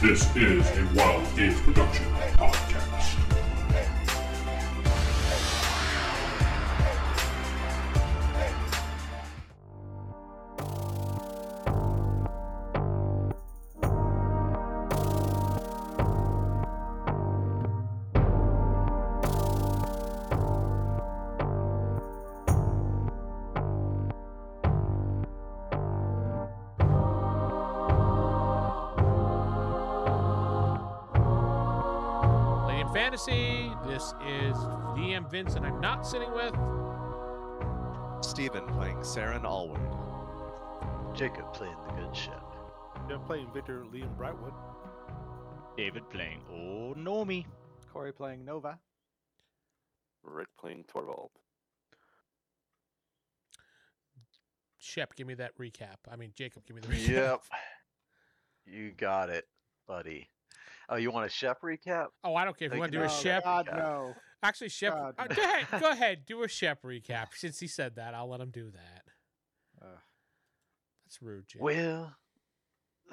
This is a Wild Age Production podcast. Lady in Fantasy. This is DM Vince, and I'm not sitting with. Steven playing Saren Allward. Jacob playing the good ship. They're playing Victor Liam Brightwood. David playing old Nomi. Corey playing Nova. Rick playing Torvald. Shep, give me that recap. I mean, Jacob, give me the recap. Yep. You got it, buddy. Oh, you want a Shep recap? Oh, I don't care if you want to do No, a Shep. God, Yeah. no. Actually, Shep, God. uh, go ahead, go ahead, do a Shep recap. Since he said that, I'll let him do that. Ugh. That's rude, Jacob. Well,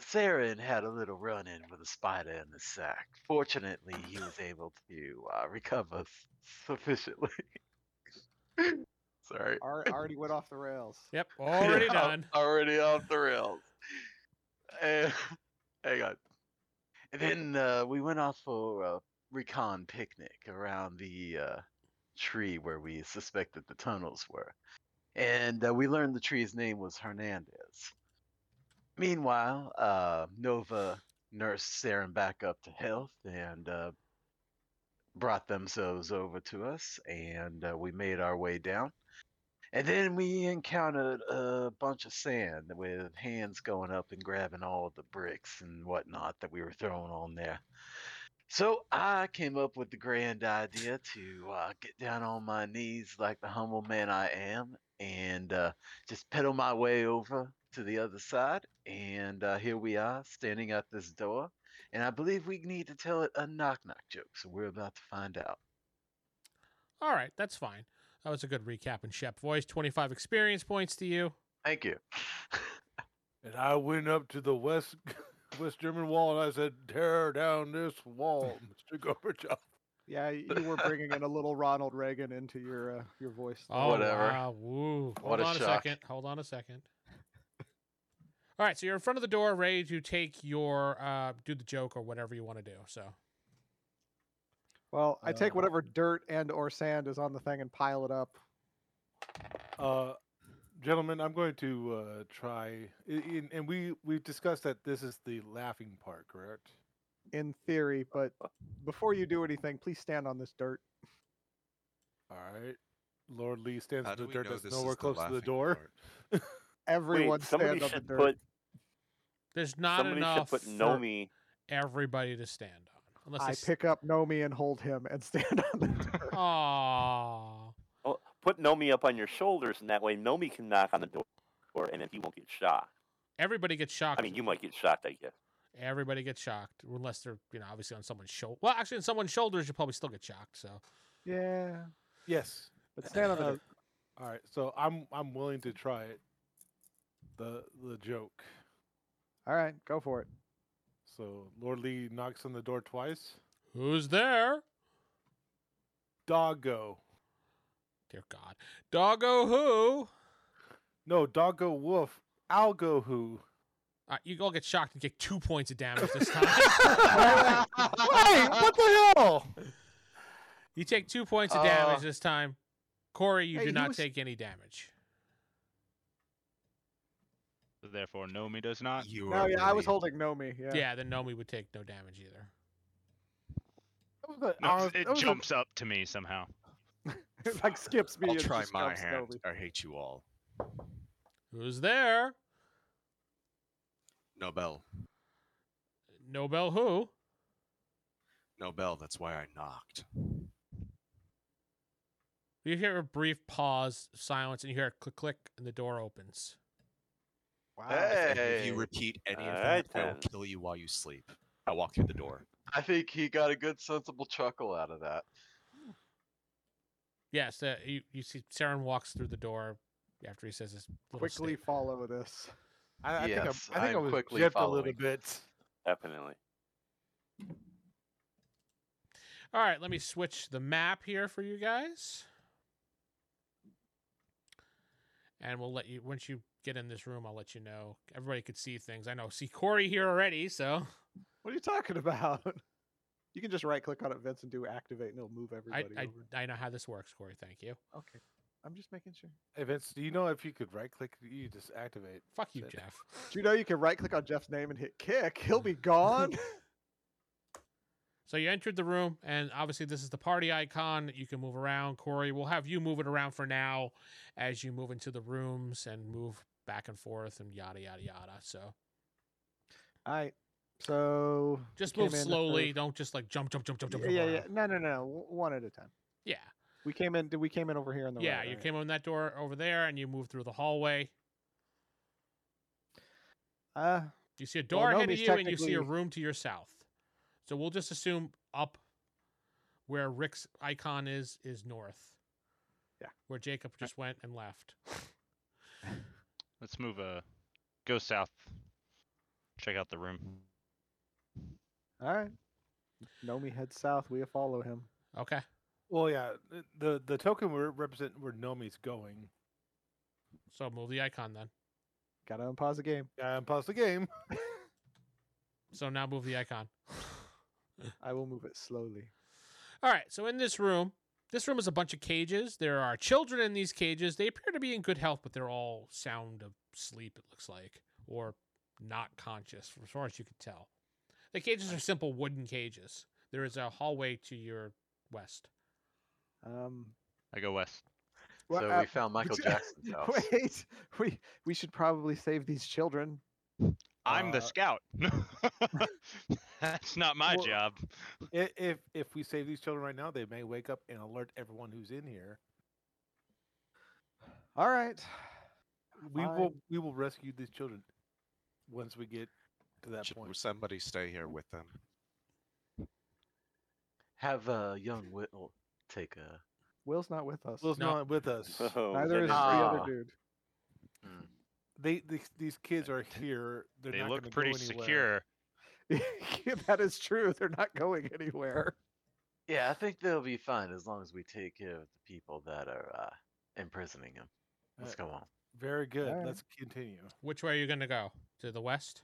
Theron had a little run in with a spider in the sack. Fortunately, he was able to uh, recover s- sufficiently. Sorry. Ar- already went off the rails. Yep, already Yeah, done. Already off the rails. And, hang on. And then uh, we went off for a recon picnic around the uh, tree where we suspected the tunnels were. And uh, we learned the tree's name was Hernandez. Meanwhile, uh, Nova nursed Saren back up to health and uh, brought themselves over to us, and uh, we made our way down. And then we encountered a bunch of sand with hands going up and grabbing all the bricks and whatnot that we were throwing on there. So I came up with the grand idea to uh, get down on my knees like the humble man I am and uh, just pedal my way over to the other side. And uh, here we are standing at this door. And I believe we need to tell it a knock knock joke. So we're about to find out. All right, that's fine. That was a good recap in Shep voice. 25 experience points to you. Thank you. And I went up to the West West German wall and I said, Tear down this wall, Mr. Gorbachev. Yeah, you were bringing in a little Ronald Reagan into your uh, your voice. there. Oh, Whatever. wow, woo. Hold What a on a, shock. second. Hold on a second. All right, so you're in front of the door, ready to take your uh, do the joke or whatever you want to do. So Well, I Uh. take whatever dirt and or sand is on the thing and pile it up. Uh, gentlemen, I'm going to uh, try. i- in- And we, we've discussed that this is the laughing part, correct? In theory, but before you do anything, please stand on this dirt. All right. Lord Lee stands How in do the we dirt know that's this nowhere is close to the laughing door. part? Everyone Wait, somebody stand on the should dirt. put there's not somebody should enough put for Nomi. everybody to stand on. Unless I it's- pick up Nomi and hold him and stand on the dirt. Aw. Oh, put Nomi up on your shoulders, and that way Nomi can knock on the door, or and then he won't get shot. Everybody gets shocked. I mean, you might get shot, I guess. Everybody gets shocked unless they're, you know, obviously on someone's shoulder. Well, actually, on someone's shoulders, you probably still get shocked. So yeah, Yes. but stand on the Uh, dirt. All right. So I'm I'm willing to try it. The the joke. All right, go for it. So Lord Lee knocks on the door twice. who's there? Doggo. Dear God, doggo who? No, doggo woof. Algo who. Uh, you all get shocked and get two points of damage this time. Hey, what the hell? you take two points of Uh, damage this time. Corey, you Hey, do he not was- take any damage. Therefore, Nomi does not. You No, are yeah, I was really- holding Nomi. Yeah. Yeah, then Nomi would take no damage either. That was a- No, honest- it that was a- jumps up to me somehow. It, like skips me. I'll and try just my jumps hand. Nomi. I hate you all. Who's there? Nobel. Nobel who? Nobel, that's why I knocked. You hear a brief pause, silence, and you hear a click click, and the door opens. Wow. If Hey, you repeat any of Alright that, I will then. kill you while you sleep. I walk through the door. I think he got a good sensible chuckle out of that. Yes, uh, you, you see Saren walks through the door after he says his little Quickly statement. follow this. I, I Yes, think I, I think I I'm was quickly quickly a following. little bit. Definitely. All right, let me switch the map here for you guys. And we'll let you, once you get in this room, I'll let you know. Everybody could see things. I know, see Corey here already, so What are you talking about? You can just right click on it, Vince, and do activate, and it'll move I, everybody I, over. I know how this works, Corey. Thank you. Okay. I'm just making sure. Hey Vince, do you know if you could right click, you just activate? Fuck you, Shit. Jeff. Do you know you can right click on Jeff's name and hit kick? He'll be gone. So you entered the room, and obviously this is the party icon that you can move around. Corey, we'll have you move it around for now as you move into the rooms and move back and forth and yada yada yada. So All right. So just we move came in at slowly. the- Don't just like jump, jump, jump, jump, jump, jump. yeah, yeah, yeah. around. No, no, no, no. w- One at a time. yeah, We came in. We came in over here on the yeah. right, you right. came on that door over there, and you moved through the hallway. Uh, You see a Well, door ahead of nobody's you, and you see a technically- room to your south. So we'll just assume up where Rick's icon is is north. Yeah. where Jacob just went and left. Let's move. Uh, go south. Check out the room. all right. Nomi heads south. We follow him. Okay. Well, yeah, th- the the token we represent where Nomi's going. So move the icon then. Gotta unpause the game. Yeah, uh, and pause the game. So now move the icon. I will move it slowly. All right. So in this room, this room is a bunch of cages. There are children in these cages. They appear to be in good health, but they're all sound of sleep, it looks like, or not conscious, as far as you can tell. The cages are simple wooden cages. There is a hallway to your west. Um, I go west. wha- so uh, we found Michael you- Jackson's house. wait. We we should probably save these children. I'm Uh, the scout. That's not my well- job. I- if if we save these children right now, they may wake up and alert everyone who's in here. All right. We will Fine. we will rescue these children once we get to that Should point. somebody stay here with them? Have uh, young Whittle take a. Will's not with us. Will's No. not with us. Oh, Neither is goodness. the Ah. other dude. They, these these kids are here. They're They not look gonna pretty go anywhere. secure. Yeah, that is true. They're not going anywhere. Yeah, I think they'll be fine as long as we take care of the people that are uh, imprisoning him. Let's Uh, go on. Very good. Alright. Let's continue. Which way are you going to go? To the west?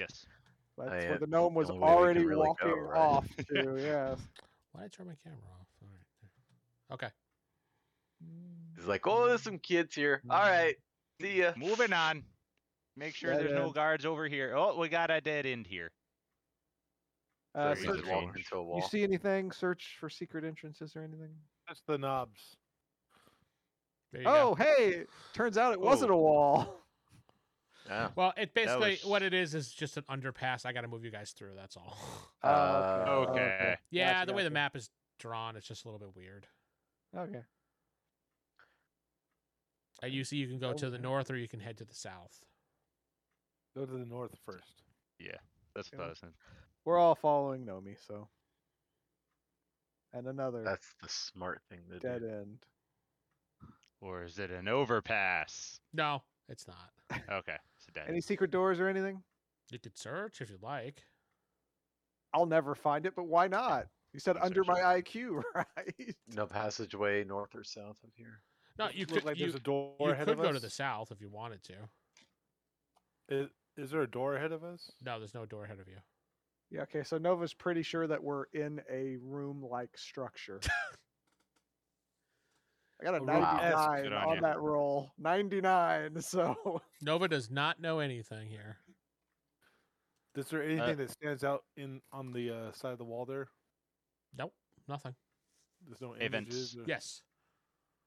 Yes. That's yeah, where it's the gnome was only way we can already really go, walking right? off to. Yes. Why did I turn my camera off? All right. there. Okay. He's like, oh, there's some kids here. Mm-hmm. All right. See ya. Moving on. Make sure Dead there's no end. guards over here. Oh, we got a dead end here. Uh, so Very he search, just walked strange. into a you wall. see anything? Search for secret entrances or anything? That's the knobs. There you go. Oh, hey! Turns out it wasn't Oh. a wall. Yeah. Well, it basically was- what it is is just an underpass. I got to move you guys through. That's all. Oh, Uh, okay. okay. yeah, Gotcha, the way the gotcha. map is drawn, it's just a little bit weird. Okay. At UC, you can go to the Okay. north or you can head to the south. Go to the north first. That's what I was saying. We're all following Nomi, so. And another That's the smart thing to dead do. end. Or is it an overpass? No, it's not. Okay, it's a dead Any end. secret doors or anything? You could search if you'd like. I'll never find it, but why not? You said I'll under search it. my IQ, right? No passageway north or south of here. No, Does it you look could like you, there's a door you ahead could of go us. to the south if you wanted to. Is, is there a door ahead of us? No, there's no door ahead of you. Yeah, okay, so Nova's pretty sure that we're in a room like structure. I got A a room-esque. 99 Good on on you. that roll. 99, so. Nova does not know anything here. Is there anything that stands out in on the uh, side of the wall there? Nope, nothing. There's no Hey, Vince. images. or- Yes,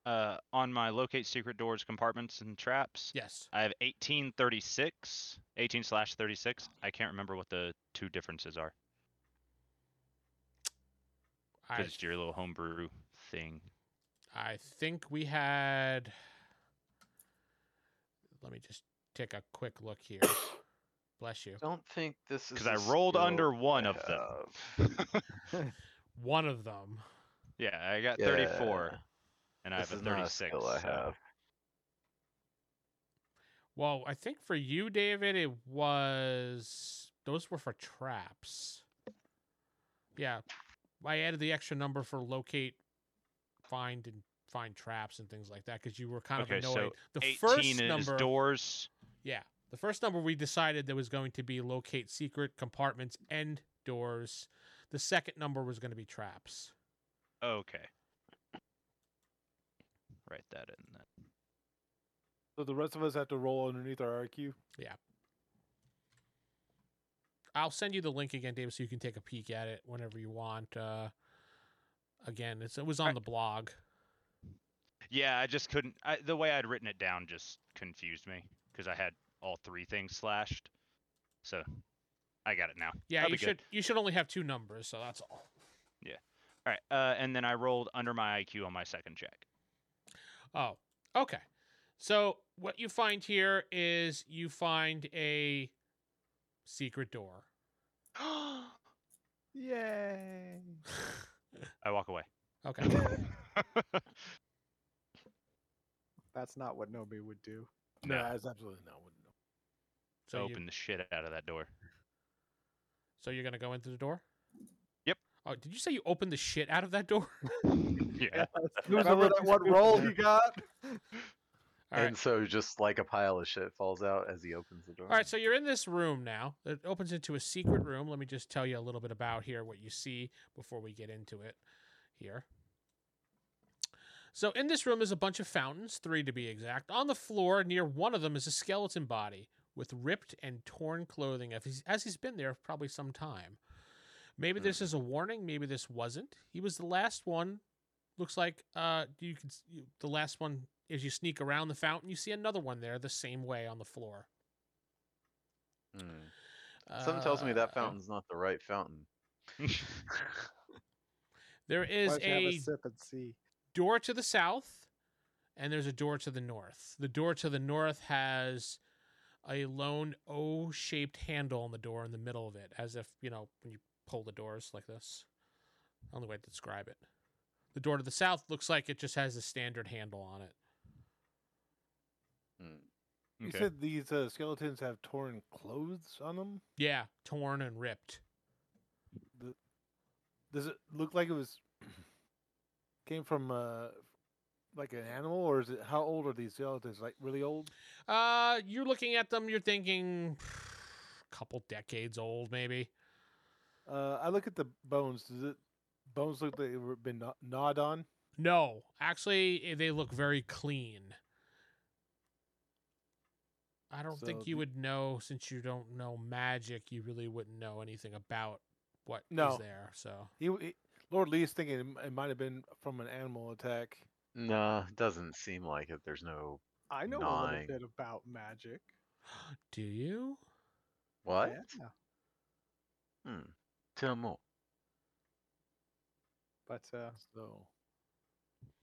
Uh, on my locate secret doors, compartments, and traps. yes. I have 1836, 18 slash 36. I can't remember what the two differences are. I Just your little homebrew thing. I think we had. Let me just take a quick look here. Bless you. Don't think this is Because I a rolled skill under one I of them. have. One of them. yeah, I got 34, Yeah, and I have this a is not 36. skill I so- have. Well, I think for you, David, it was those were for traps. yeah, I added the extra number for locate, find, and find traps and things like that because you were kind Okay, of so annoyed. the 18 first is number, doors. yeah, the first number we decided there was going to be locate secret compartments and doors. The second number was going to be traps. Okay. Write that in then. So the rest of us have to roll underneath our RQ. I'll send you the link again, David, so you can take a peek at it whenever you want. Uh, again, it's, it was on Alright. the blog. Yeah, I just couldn't. I, the way I'd written it down just confused me because I had all three things slashed. So I got it now. Yeah, That'll you be good. should you should only have two numbers, so that's all. All right, uh, and then I rolled under my IQ on my second check. Oh, okay. So what you find here is you find a secret door. Yay! I walk away. Okay. That's not what Nobi would do. No, No. that's absolutely not what. No. So Open You, the shit out of that door. so you're gonna go into the door. Yep. Oh, did you say you opened the shit out of that door? Yeah. Remember that one roll he Oh, got? All right. And so just like a pile of shit falls out as he opens the door. All right, so you're in this room now. It opens into a secret room. Let me just tell you a little bit about here what you see before we get into it here. So in this room is a bunch of fountains, 3 to be exact. On the floor near one of them is a skeleton body with ripped and torn clothing as he's, as he's been there for probably some time. Maybe this is a warning, maybe this wasn't. He was the last one. Looks like uh you can s- you, the last one as you sneak around the fountain, you see another one there the same way on the floor. Hmm. Something tells me Uh, that fountain's not the right fountain. There is Why don't you have a a sip and see? door to the south, and there's a door to the north. The door to the north has a lone O-shaped handle on the door in the middle of it, as if you know when you pull the doors like this. Only way to describe it. The door to the south looks like it just has a standard handle on it. You Okay. said these uh, skeletons have torn clothes on them. Yeah, torn and ripped. Does it look like it was came from uh, like an animal, or is it how old are these skeletons? Like really old? Uh, you're looking at them. You're thinking, couple decades old, maybe. Uh, I look at the bones. Does it bones look like they've been gnaw- gnawed on? No, actually, eh, they look very clean. I don't So think you the- would know since you don't know magic. You really wouldn't know anything about what is No. there. So He, w- he- Lord Lee's thinking it m- it might have been from an animal attack. Nah, doesn't seem like it. There's no I know a Nine. little bit about magic. do you? what? Yeah. Hmm. Tell more. But uh, So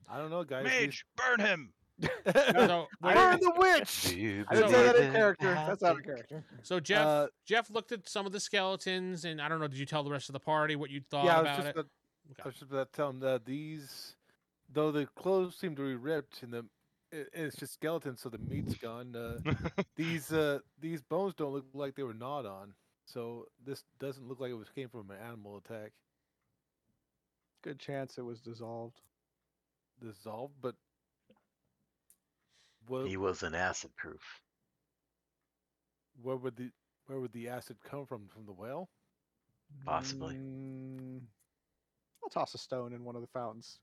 I don't know, guys. These- Mage, burn him. So what- burn the witch. You I didn't So- say that believe in character. That's out of magic? character. so Jeff uh, Jeff looked at some of the skeletons, and I don't know. Did you tell the rest of the party what you thought yeah, I was about just it? about, Okay. I was just about to tell him that these, though the clothes seem to be ripped and the it, it's just skeletons, so the meat's gone. Uh, these uh, these bones don't look like they were gnawed on, so this doesn't look like it was came from an animal attack. Good chance it was dissolved. Dissolved, but what, He was an acid proof. where would the where would the acid come from? From the whale? Possibly. Mm, I'll toss a stone in one of the fountains.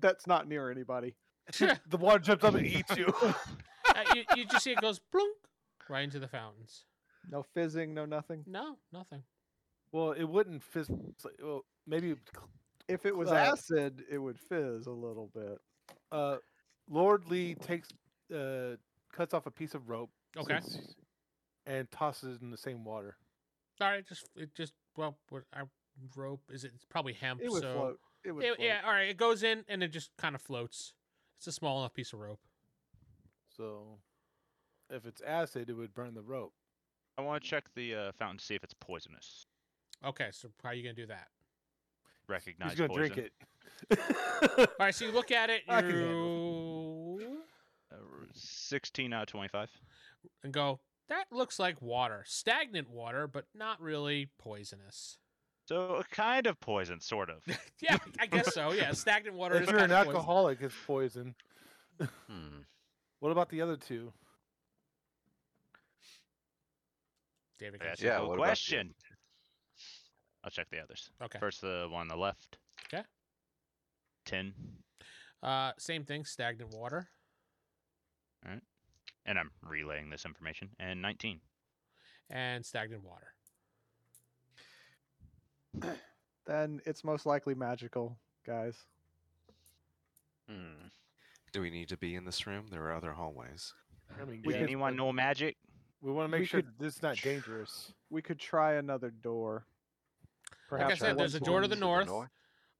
That's not near anybody. The water jumps up and eats you. Uh, you, you just see it goes blunk right into the fountains. No fizzing, no nothing. No, nothing. well, it wouldn't fizz. Well, maybe it would If it was Uh, acid, it would fizz a little bit. uh, Lord Lee takes uh, cuts off a piece of rope. Okay. since- And tosses it in the same water. All right. Just it just well, what I rope is it? It's probably hemp. It would so float. It would. It- float. yeah, all right. It goes in and it just kind of floats. It's a small enough piece of rope. So, if it's acid, it would burn the rope. I want to check the uh, fountain to see if it's poisonous. Okay, so how are you gonna do that? Recognize He's gonna poison. drink it. All right, so you look at it, I can you Uh, r- 16 out of 25. and go. That looks like water, stagnant water, but not really poisonous. So a kind of poison, sort of. Yeah, I guess so. Yeah, stagnant water If is you're an kind of poison. alcoholic, it's poison. Hmm. What about the other two? David, That's yeah. Yeah, a good what about the question. I'll check the others. Okay. First, the one on the left. 'Kay. Ten, Uh, same thing. Stagnant water. and I'm relaying this information. And nineteen. and stagnant water. Then it's most likely magical, guys. Hmm. Do we need to be in this room? There are other hallways. I mean, We Does yes, could- anyone but know magic? We want to we make sure could- that this is not dangerous. We could try another door. Like I Perhaps said, that there's a one's door to going the to the north, north.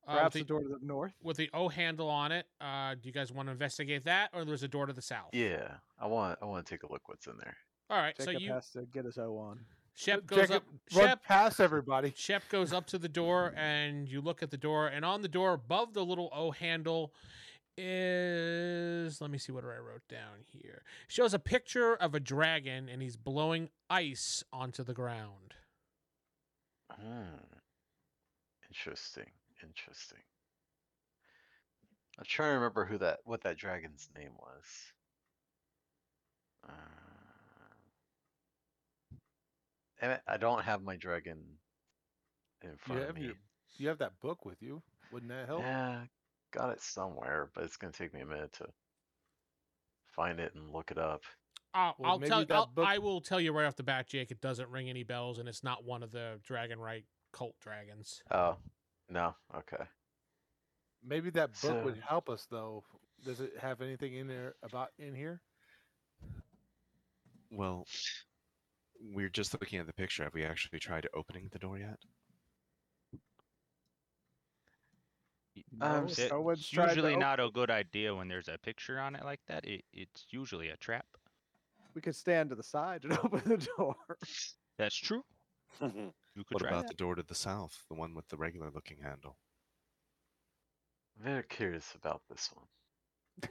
uh, with, Perhaps a the, door to the north. with the O handle on it. Uh, do you guys want to investigate that, or there's a door to the south? Yeah, I want I want to take a look what's in there. All right. Jacob so you has to get his O on. Shep goes Jacob, up. run Shep past everybody. Shep goes up to the door, and you look at the door, and on the door above the little O handle is let me see what I wrote down here. shows a picture of a dragon, and he's blowing ice onto the ground. Hmm. Interesting. Interesting. I'm trying to remember who that what that dragon's name was. Uh, damn it, I don't have my dragon in You front of have, me. your, you have that book with you. Wouldn't that help? Yeah, got it somewhere, but it's gonna take me a minute to find it and look it up. Uh, Well, I'll maybe tell. that I'll, book- I will tell you right off the bat, Jake. It doesn't ring any bells, and it's not one of the Dragon Right cult dragons. Oh, no, okay. Maybe that book So- would help us though. Does it have anything in there about in here? Well, we're just looking at the picture. Have we actually tried opening the door yet? Um, Oh, No, It- no one's oh, It's tried to usually op- not a good idea when there's a picture on it like that. It, it's usually a trap. We could stand to the side and open the door. That's true. Ah. You could What try about that. the door to the south, the one with the regular looking handle? Very curious about this one.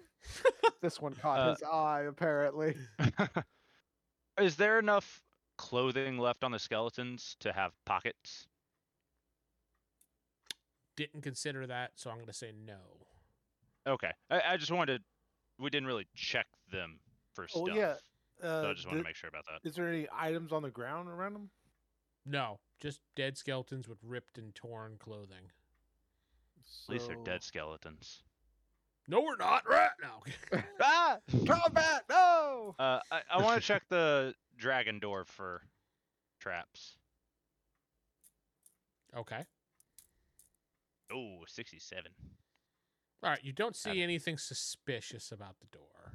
This one caught Uh, his eye, apparently. Is there enough clothing left on the skeletons to have pockets? Didn't consider that, so I'm going to say no. Okay. I, I just wanted. We didn't really check them for stuff. Oh, yeah, Uh, so I just want to th- make sure about that. Is there any items on the ground around them? No, just dead skeletons with ripped and torn clothing. At least they're dead skeletons. No, we're not right now. Ah! Combat! No! Uh, I, I want to check the dragon door for traps. okay. Oh, 67. All right. You don't Got see anything suspicious about the door.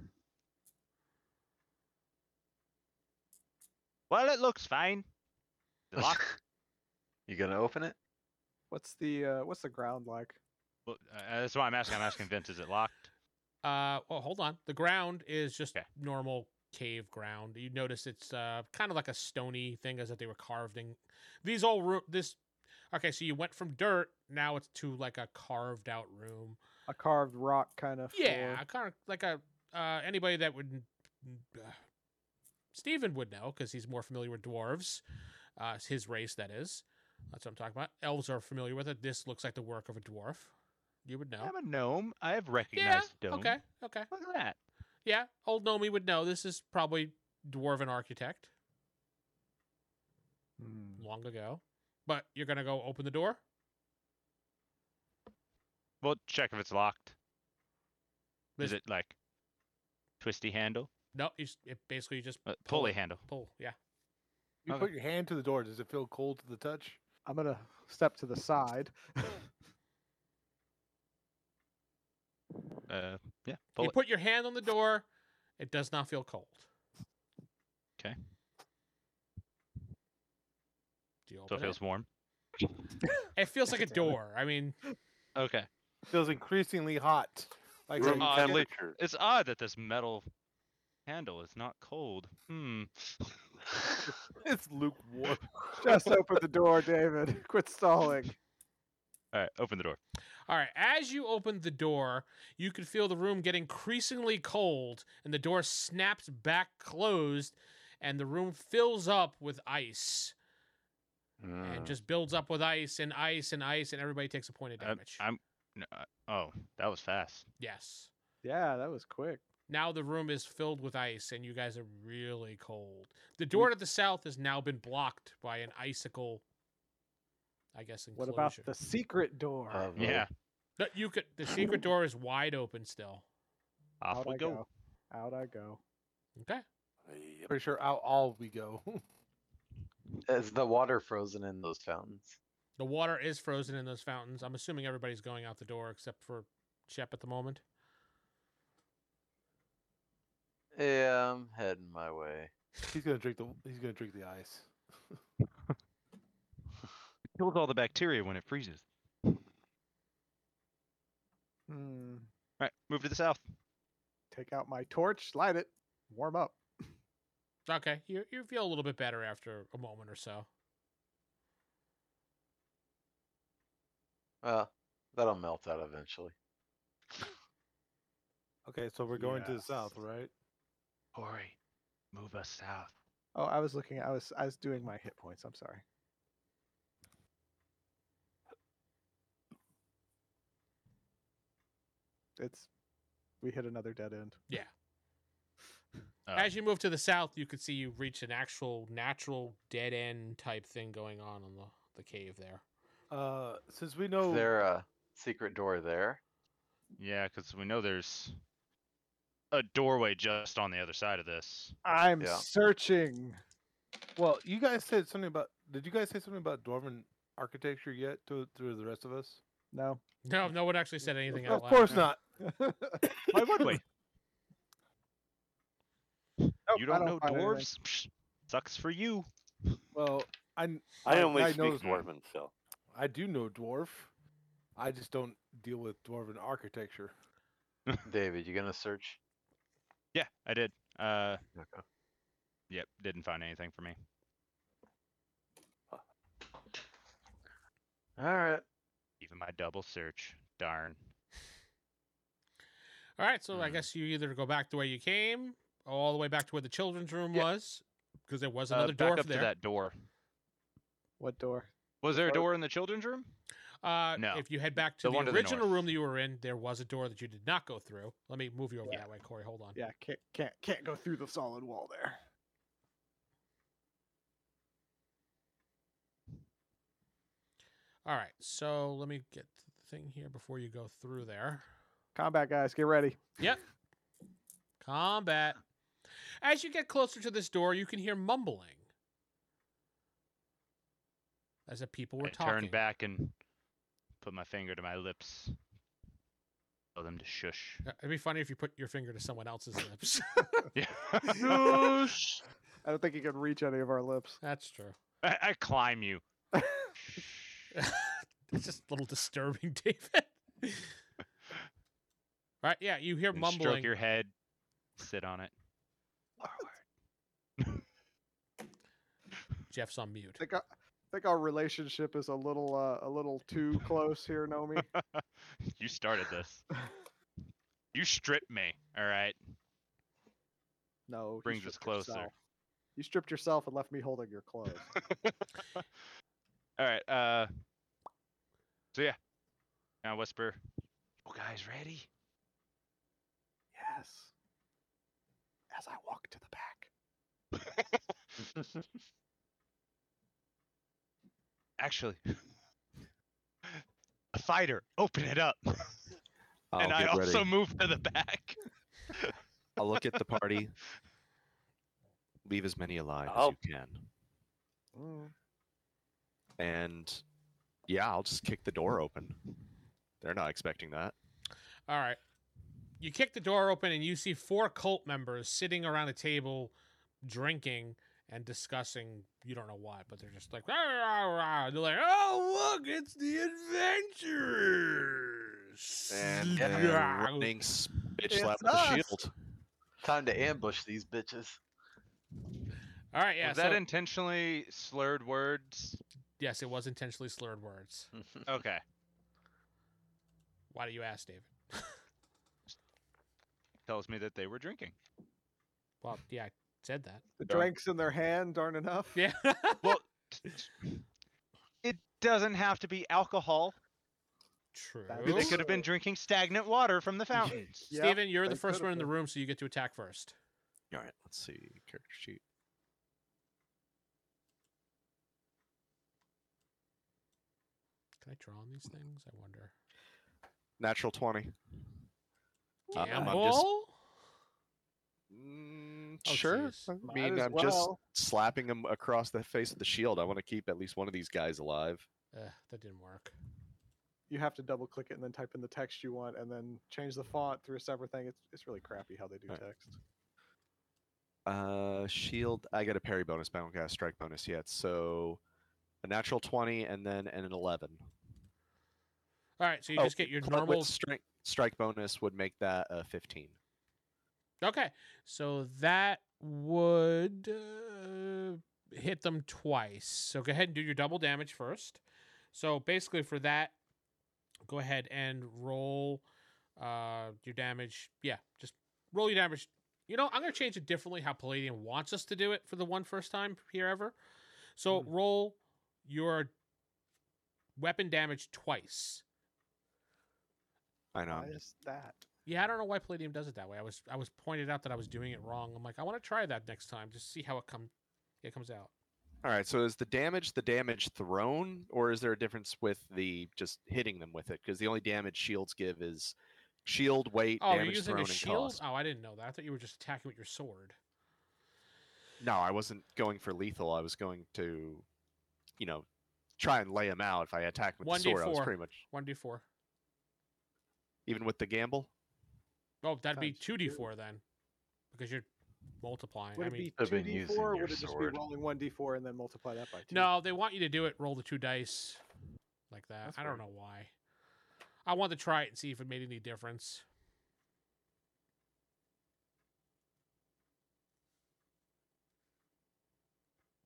Well, it looks fine. The lock. You gonna open it? What's the uh, what's the ground like? well, uh, that's why I'm asking. I'm asking Vince, is it locked? Uh, well, hold on. The ground is just Okay. normal cave ground. You notice it's uh kind of like a stony thing, as if they were carved in. These all ro- this. Okay, so you went from dirt. Now it's to like a carved out room. A carved rock kind of. Yeah, kind of like a uh, anybody that would. Uh, Stephen would know because he's more familiar with dwarves, uh, it's his race that is. That's what I'm talking about. Elves are familiar with it. This looks like the work of a dwarf. You would know. I'm a gnome. I have Yeah. recognized dome. Okay. Okay. Look at that. Yeah, old Nomi would know. This is probably dwarven architect long ago. But you're gonna go open the door. We'll check if it's locked. Is This- it like twisty handle? No, you, s- it basically you just Uh, Pull pulley it. handle. pull. Yeah. You Okay. put your hand to the door. Does it feel cold to the touch? I'm gonna step to the side. Uh, yeah. Pull you it. put your hand on the door. It does not feel cold. 'Kay. Do you So open it feels warm. it? It feels like a Damn it. door. I mean, Okay. feels increasingly hot. Like Room a- odd. temperature. It's odd that this metal handle is not cold. Hmm. it's lukewarm. Just open the door, David. Quit stalling. All right. Open the door. all right. As you open the door, you can feel the room get increasingly cold, and the door snaps back closed, and the room fills up with ice. Hmm, Hmm. and just builds up with ice and ice and ice, and everybody takes a point of I'm, damage. I'm no, uh, oh, that was fast. yes. Yeah, that was quick. Now the room is filled with ice, and you guys are really cold. The door to the south has now been blocked by an icicle. I guess What enclosure. about the secret door? Of, uh, Yeah, No, you could. The secret door is wide open still. off Out we I go. Out I go. Okay. Yep. Pretty sure out all we go. Is the water frozen in those fountains? The water is frozen in those fountains. I'm assuming everybody's going out the door except for Shep at the moment. Yeah, I'm heading my way. he's gonna drink the. He's gonna drink the ice. It kills all the bacteria when it freezes. Hmm. All right, move to the south. Take out my torch, light it, warm up. Okay, you you feel a little bit better after a moment or so. Well, that'll melt out eventually. Okay, so we're going to the south, Yes. right? Corey, move us south. Oh, I was looking. I was I was doing my hit points. I'm sorry. It's we hit another dead end. Oh. As you move to the south, you could see you reach an actual natural dead end type thing going on on the, the cave there. Uh, since we Is know there a secret door there? Yeah, because we know there's a doorway just on the other side of this. I'm Yeah. searching. Well, you guys said something about. Did you guys say something about Dwarven architecture yet to to the rest of us? No. No, no one actually said anything out of loud. course not. Why would we? Nope, you I don't, know find anything. dwarves? Psh, sucks for you. Well, I kn- I I- only I speak know- Dwarven, so I do know dwarf. I just don't deal with dwarven architecture. David, you gonna search? Yeah, I did. Uh, Okay. yep, didn't find anything for me. All right. Even my double search. Darn. All right, so I Mhm. guess you either go back the way you came, all the way back to where the children's room Yeah. was, because there was Uh, another back door up there. to that door. What door? Was there a Or- door in the children's room? Uh, No. If you head back to The the, one to the original north. room that you were in, there was a door that you did not go through. Let me move you over Yeah. that way, Corey. Hold on. Yeah, can't can't can't go through the solid wall there. All right, so let me get to the thing here before you go through there. Combat guys, get ready. Combat. As you get closer to this door, you can hear mumbling as if people were I talking. turned back and put my finger to my lips. Tell them to shush. Uh, It'd be funny if you put your finger to someone else's lips. Yeah. Shush. I don't think you can reach any of our lips. That's true. I, I climb you. it's just a little disturbing, David. All right, yeah, you hear and mumbling. Stroke your head. Sit on it. Jeff's on mute. think our, think our relationship is a little uh, a little too close here, Nomi. you started this. You stripped me. All right. No, you Brings us stripped closer. yourself. You stripped yourself and left me holding your clothes. All right. Uh. So yeah. Now whisper. You guys ready? yes. As I walk to the back. Actually. A fighter. Open it up. I'll and I get also ready. move to the back. I'll look at the party. Leave as many alive as Oh. I'll- you can. Mm. And yeah, I'll just kick the door open. They're not expecting that. All right. You kick the door open and you see four cult members sitting around a table drinking and discussing you don't know what, but they're just like "Rah, rah, rah." they're like, Oh look, it's the adventurers. And Yeah. running s- bitch slap It's with the us. shield. Time to ambush these bitches. All right, yeah. Was that so- intentionally slurred words? yes, it was intentionally slurred words. Okay. Why do you ask, David? Tells me that they were drinking. Well, yeah, I said that. The Done. drinks in their hand aren't enough. Yeah. Well, doesn't have to be alcohol. True. Ooh. They could have been drinking stagnant water from the fountains. Yeah, Steven, you're the they first could've one in the been. room, so you get to attack first. All right, let's see. Character sheet. Can I draw on these things? I wonder. Natural 20. Uh, I'm- Gamble? I'm just- Mm, Oh, sure. jeez. I Might mean, as I'm just well. slapping him across the face of the shield. I want to keep at least one of these guys alive. Ugh, that didn't work. You have to double click it and then type in the text you want and then change the font through a separate thing. It's, it's really crappy how they do Right. text. Uh, shield. I get a parry bonus, but I don't get a strike bonus yet. So a natural 20 and then and an 11. All right, so you Oh, just get your But with normal. strike strike bonus would make that a 15. Okay, so that would uh, hit them twice. So go ahead and do your double damage first. So basically, for that, go ahead and roll uh, your damage. Yeah, just roll your damage. You know, I'm going to change it differently how Palladium wants us to do it for the one first time here ever. So roll your weapon damage twice. I know. Why I'm is that? Yeah, I don't know why Palladium does it that way. I was I was pointed out that I was doing it wrong. I'm like, I want to try that next time, just see how it come it comes out. All right. So is the damage the damage thrown, or is there a difference with the just hitting them with it? Because the only damage shields give is shield weight, Oh, you're damage using thrown, a and shield? cost. Oh, I didn't know that. I thought you were just attacking with your sword. No, I wasn't going for lethal. I was going to, you know, try and lay him out. If I attacked with the sword, I was 1d4. pretty much One d four. even with the gamble. Oh, that'd be Times two d two. four then, because you're multiplying. Would I it mean, be I've been 2d4 using or your would it just sword. be rolling 1d4 and then multiply that by 2? no, they want you to do it. Roll the two dice, like that. That's I don't weird. know why. I wanted to try it and see if it made any difference.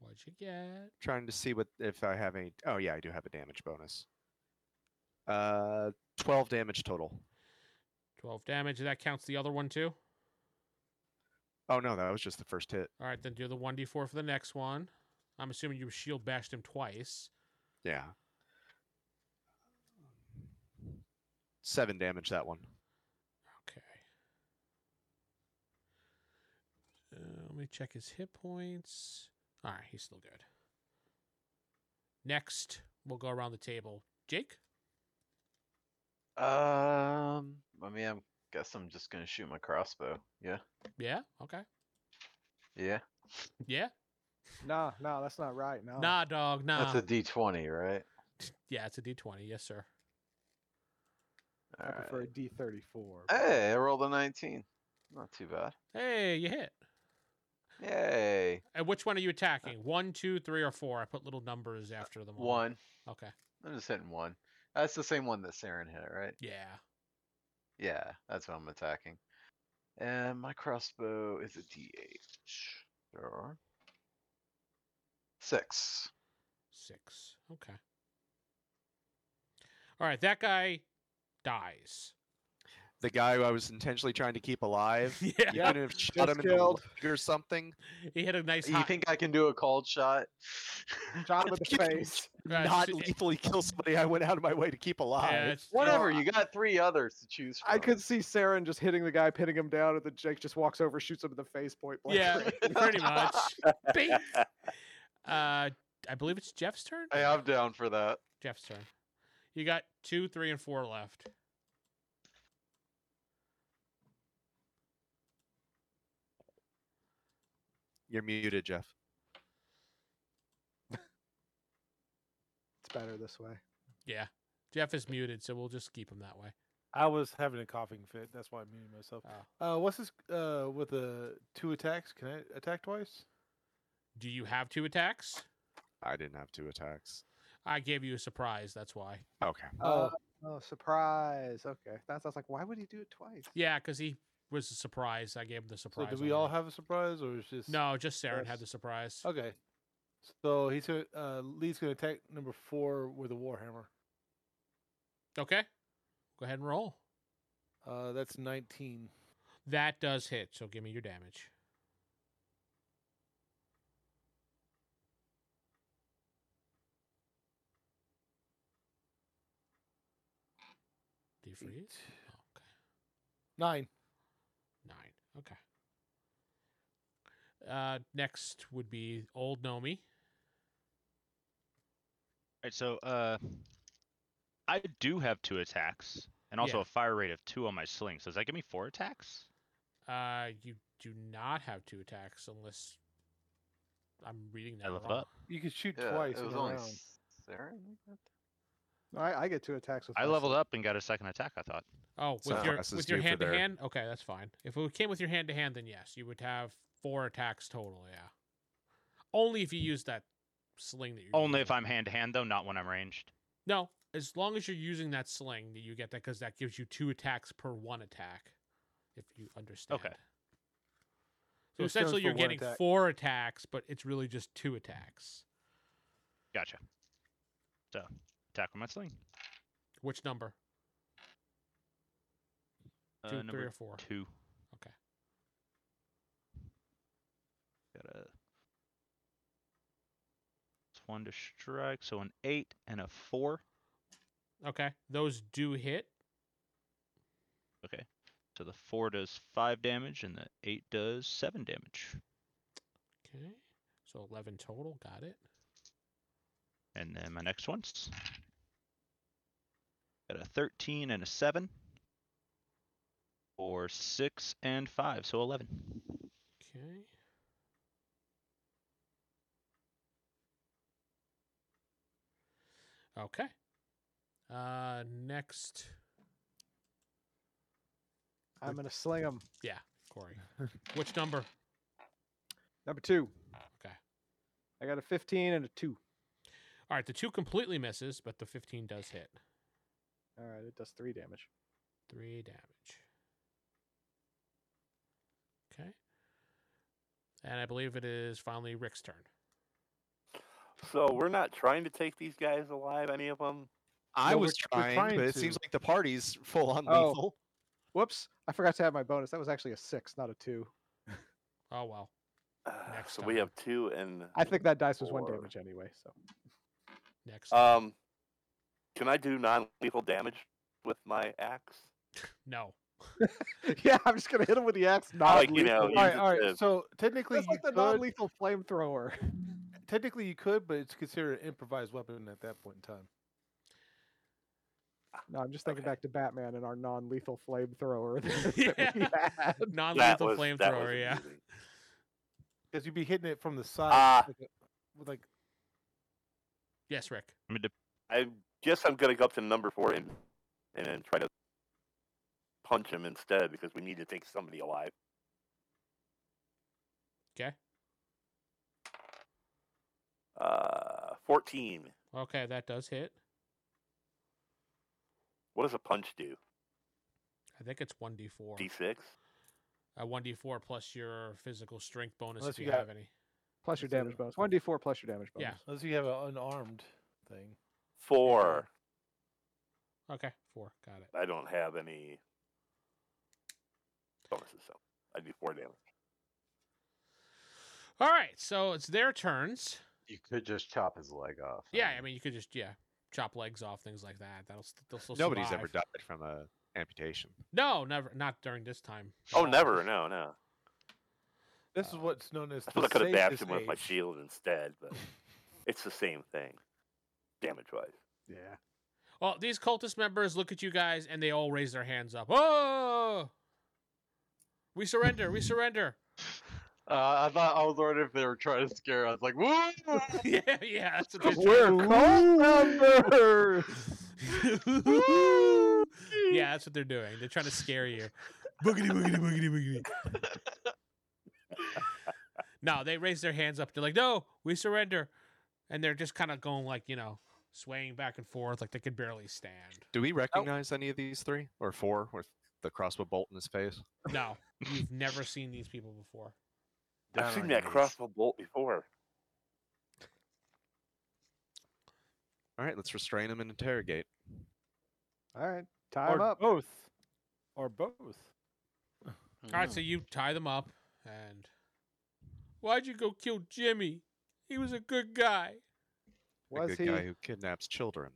What'd you get? Trying to see what if I have any. Oh yeah, I do have a damage bonus. Uh, twelve damage total. 12 damage. That counts the other one too. Oh no, that was just the first hit. All right, then do the 1d4 for the next one. I'm assuming you shield bashed him twice. Yeah. Seven damage that one. Okay. Uh, let me check his hit points. All right, he's still good. Next, we'll go around the table. Jake? Um, I mean, I guess I'm just gonna shoot my crossbow. Yeah, Yeah? Okay. yeah. Yeah? Nah, nah, that's not right. No. Nah, dog, nah. That's a D20, right? yeah, it's a d20. Yes, sir. I All prefer right. a d34. Hey, I rolled a 19. Not too bad. Hey, you hit. Yay! And which one are you attacking? One, two, three, or four? I put little numbers after them all. Uh. One. Okay. I'm just hitting one. That's the same one that Saren hit, right? Yeah. Yeah, that's what I'm attacking. And my crossbow is a D8. There are six. Six. Okay. All right, that guy dies. The guy who I was intentionally trying to keep alive. yeah. You couldn't have shot him Just in the killed. leg or something. He had a nice You hot. think I can do a cold shot? Shot him in the Give me face. uh, Not sh- lethally kill somebody I went out of my way to keep alive. yeah, it's- Whatever, you got three others to choose from. I could see Saren just hitting the guy, pinning him down, and then Jake just walks over, shoots him in the face, point blank. Yeah, pretty much. Bing. Uh, I believe it's Jeff's turn. uh, Hey, I'm down for that. Jeff's turn. You got two, three, and four left. You're muted, Jeff. It's better this way. Yeah, Jeff is muted, so we'll just keep him that way. I was having a coughing fit. That's why I muted myself. Oh. Uh, what's this? Uh, with the two attacks, can I attack twice? Do you have two attacks? I didn't have two attacks. I gave you a surprise. That's why. Okay. Oh, oh, surprise. Okay. That's, I was like, why would he do it twice? Yeah, because he was a surprise. I gave him the so surprise. do we on all that. have a surprise, or is just No, just Saren Yes. had the surprise. Okay, so he's gonna uh, Lee's gonna attack number four with a warhammer. Okay. Go ahead and roll. Uh, that's nineteen. That does hit, so give me your damage. you freeze? Eight. Oh, okay. Nine. Nine. Okay. Uh, next would be Old Nomi. Alright, so uh I do have two attacks and also Yeah. a fire rate of two on my sling. So does that give me four attacks? Uh, you do not have two attacks unless I'm reading that I leveled wrong. up. You can shoot Yeah, twice It in was a only round. Saren. No, I, I get two attacks with. I my leveled sling. up and got a second attack, I thought. Oh, with So your this is with your due for hand to their- hand. Okay, that's fine. If it came with your hand to hand, then yes, you would have four attacks total. Yeah. Only if you use that sling that you. Only if I'm hand to hand though, not when I'm ranged. No, as long as you're using that sling, that you get that because that gives you two attacks per one attack, if you understand. So So it stands essentially, for you're one getting attack. four attacks, but it's really just two attacks. Gotcha. So attack with my sling. Which number? Two, Uh, three, number or four? two. Okay. Got a it's one to strike, so an eight and a four. Okay, those do hit. Okay. So the four does five damage and the eight does seven damage. Okay, so eleven total. Got it. And then my next one's got a thirteen and a seven. Or six and five, so eleven. Okay. Okay. Uh, next, I'm gonna sling him. Corey. Which number? Number two. Okay. I got a 15 and a two. All right, the two completely misses, but the 15 does hit. All right, it does three damage. Three damage. Okay. And I believe it is finally Rick's turn. So we're not trying to take these guys alive, any of them. I No, we're was tr- we're trying, trying but it seems to. like the party's full on Oh. lethal. Whoops! I forgot to have my bonus. That was actually a six, not a two. Oh, well. Next so we time. have two, and I think that dice was one Four. damage anyway. So Next. um, can I do non-lethal damage with my axe? no. yeah, I'm just gonna hit him with the axe. Not like, you know, All right, use all it right. to- So technically, That's you like the could, non-lethal flamethrower. technically you could, but it's considered an improvised weapon at that point in time. No, I'm just thinking Okay. back to Batman and our non-lethal flamethrower. that we Yeah. had. Non that lethal was- that was flamethrower, yeah. amazing. Because you'd be hitting it from the side, Ah. like, a- with like Yes, Rick. I mean, dep- I guess I'm gonna go up to number four and and then try to punch him instead because we need to take somebody alive. Okay. Uh, fourteen. Okay, that does hit. What does a punch do? I think it's 1d4. D six. Uh, 1d4 plus your physical strength bonus Unless if you you got- have any. plus your Let's see damage that. bonus. One d4 plus your damage bonus. Yeah. unless you have an unarmed thing. Four. Okay, four. Got it. I don't have any bonuses, so I do four damage. All right, so it's their turns. You could just chop his leg off. Yeah, Um, I mean, you could just, yeah, chop legs off, things like that. That'll, st- they'll still Nobody's survive. ever died from a amputation. No, never. Not during this time. at Oh, all. never. No, no. This Uh, is what's known as. Ah. I the thought I could have bashed safest him with my age. shield instead, but it's the same thing, damage wise. Yeah. Well, these cultist members look at you guys and they all raise their hands up. Oh, we surrender! We surrender! Uh, I thought I was wondering if they were trying to scare us. Like, woo! yeah, yeah. That's what they're We're cult members. doing. yeah, that's what they're doing. They're trying to scare you. Boogity boogity boogity boogity. no, they raise their hands up. They're like, "No, we surrender," and they're just kind of going like you know, swaying back and forth, like they could barely stand. Do we recognize any of these three or four with the crossbow bolt in his face? No, you've never seen these people before. I've seen that crossbow bolt before. All right, let's restrain him and interrogate. All right. Time Or up. both, or both. All right, so you tie them up, and why'd you go kill Jimmy? He was a good guy. The Was good he? guy who kidnaps children.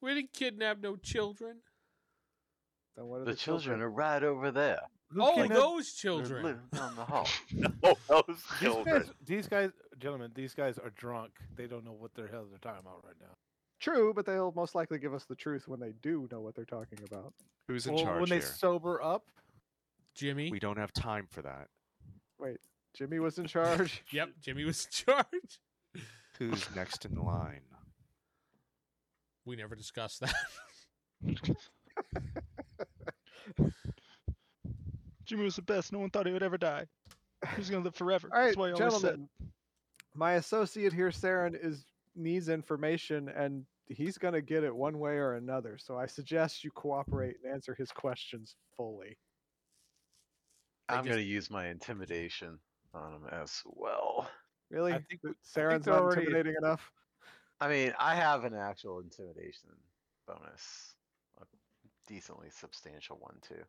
We didn't kidnap no children. Then what are The children are right over there. Who Oh, kidnapped- those children. Living down the hall. Oh, those These children. guys, these guys, gentlemen, these guys are drunk. They don't know what the hell they're talking about right now. True, but they'll most likely give us the truth when they do know what they're talking about. Who's in Well, charge when they here? sober up, Jimmy. We don't have time for that. Jimmy was in charge. Yep, Jimmy was in charge. Who's next in line? We never discussed that. Jimmy was the best. No one thought he would ever die. He was gonna live forever. All right, That's why he always said. gentlemen. My associate here, Saren, is needs information, and he's going to get it one way or another. So I suggest you cooperate and answer his questions fully. I'm just- gonna use my intimidation on him as well. Really, I think we- Saren's they're not already- intimidating enough. I mean, I have an actual intimidation bonus, a decently substantial one too.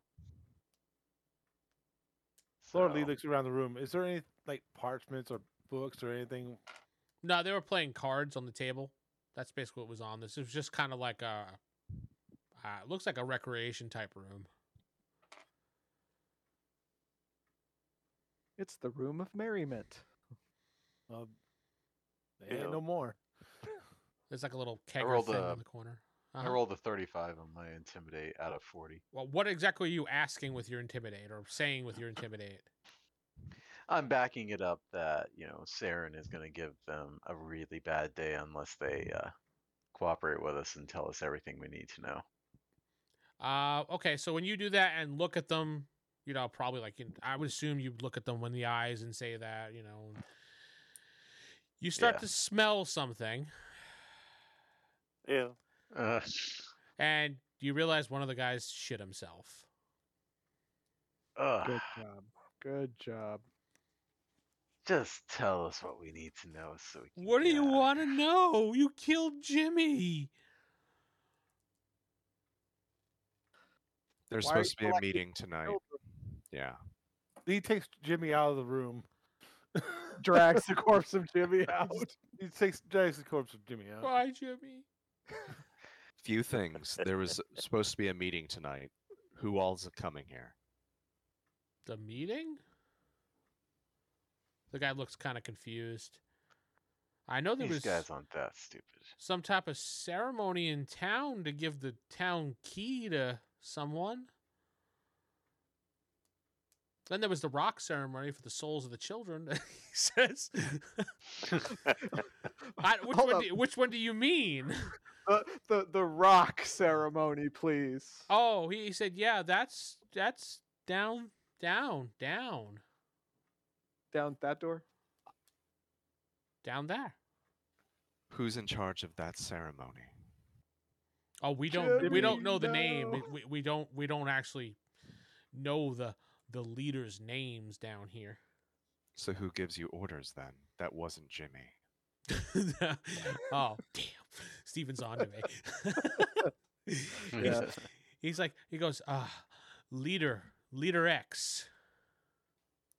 Laura Lee Oh. So- looks around the room. Is there any like parchments or books or anything? no, they were playing cards on the table. That's basically what was on this. It was just kind of like a. Uh, it looks like a recreation type room. It's the room of merriment. Um, they ain't Ew. no more. There's like a little keg rolled thing a- in the corner. I Uh-huh. rolled a 35 on my intimidate out of 40. Well, what exactly are you asking with your intimidate or saying with your intimidate? I'm backing it up that you know Saren is gonna give them a really bad day unless they uh, cooperate with us and tell us everything we need to know. Uh, okay, so when you do that and look at them, you know, probably like you- I would assume you look at them in the eyes and say that, you know, and you start Yeah. to smell something, Yeah. Uh, and you realize one of the guys shit himself. ugh, Ah. Good job. Good job. just tell us what we need to know so we can What do get you outta want here. to know? You killed Jimmy. There's Why are you supposed to be a collecting meeting tonight. Yeah. He takes Jimmy out of the room. Drags the corpse of Jimmy out. he takes drags the corpse of Jimmy out. Why, Jimmy? Few things. There was supposed to be a meeting tonight. Who all's coming here? The meeting? The guy looks kind of confused. I know there These was guys aren't that stupid. some type of ceremony in town to give the town key to someone. Then there was the rock ceremony for the souls of the children. he says, I, which, Hold one up. do, "Which one do you mean?" The, the the rock ceremony, please. Oh, he, he said, "Yeah, that's that's down, down, down, Down that door. down there." Who's in charge of that ceremony? Oh, we don't we don't Jimmy, know the name. no. We, we don't we don't actually know the the leaders' names down here. So who gives you orders then? That wasn't Jimmy. oh damn, Steven's on to me. he's, Yeah. he's like he goes, ah, leader, leader X.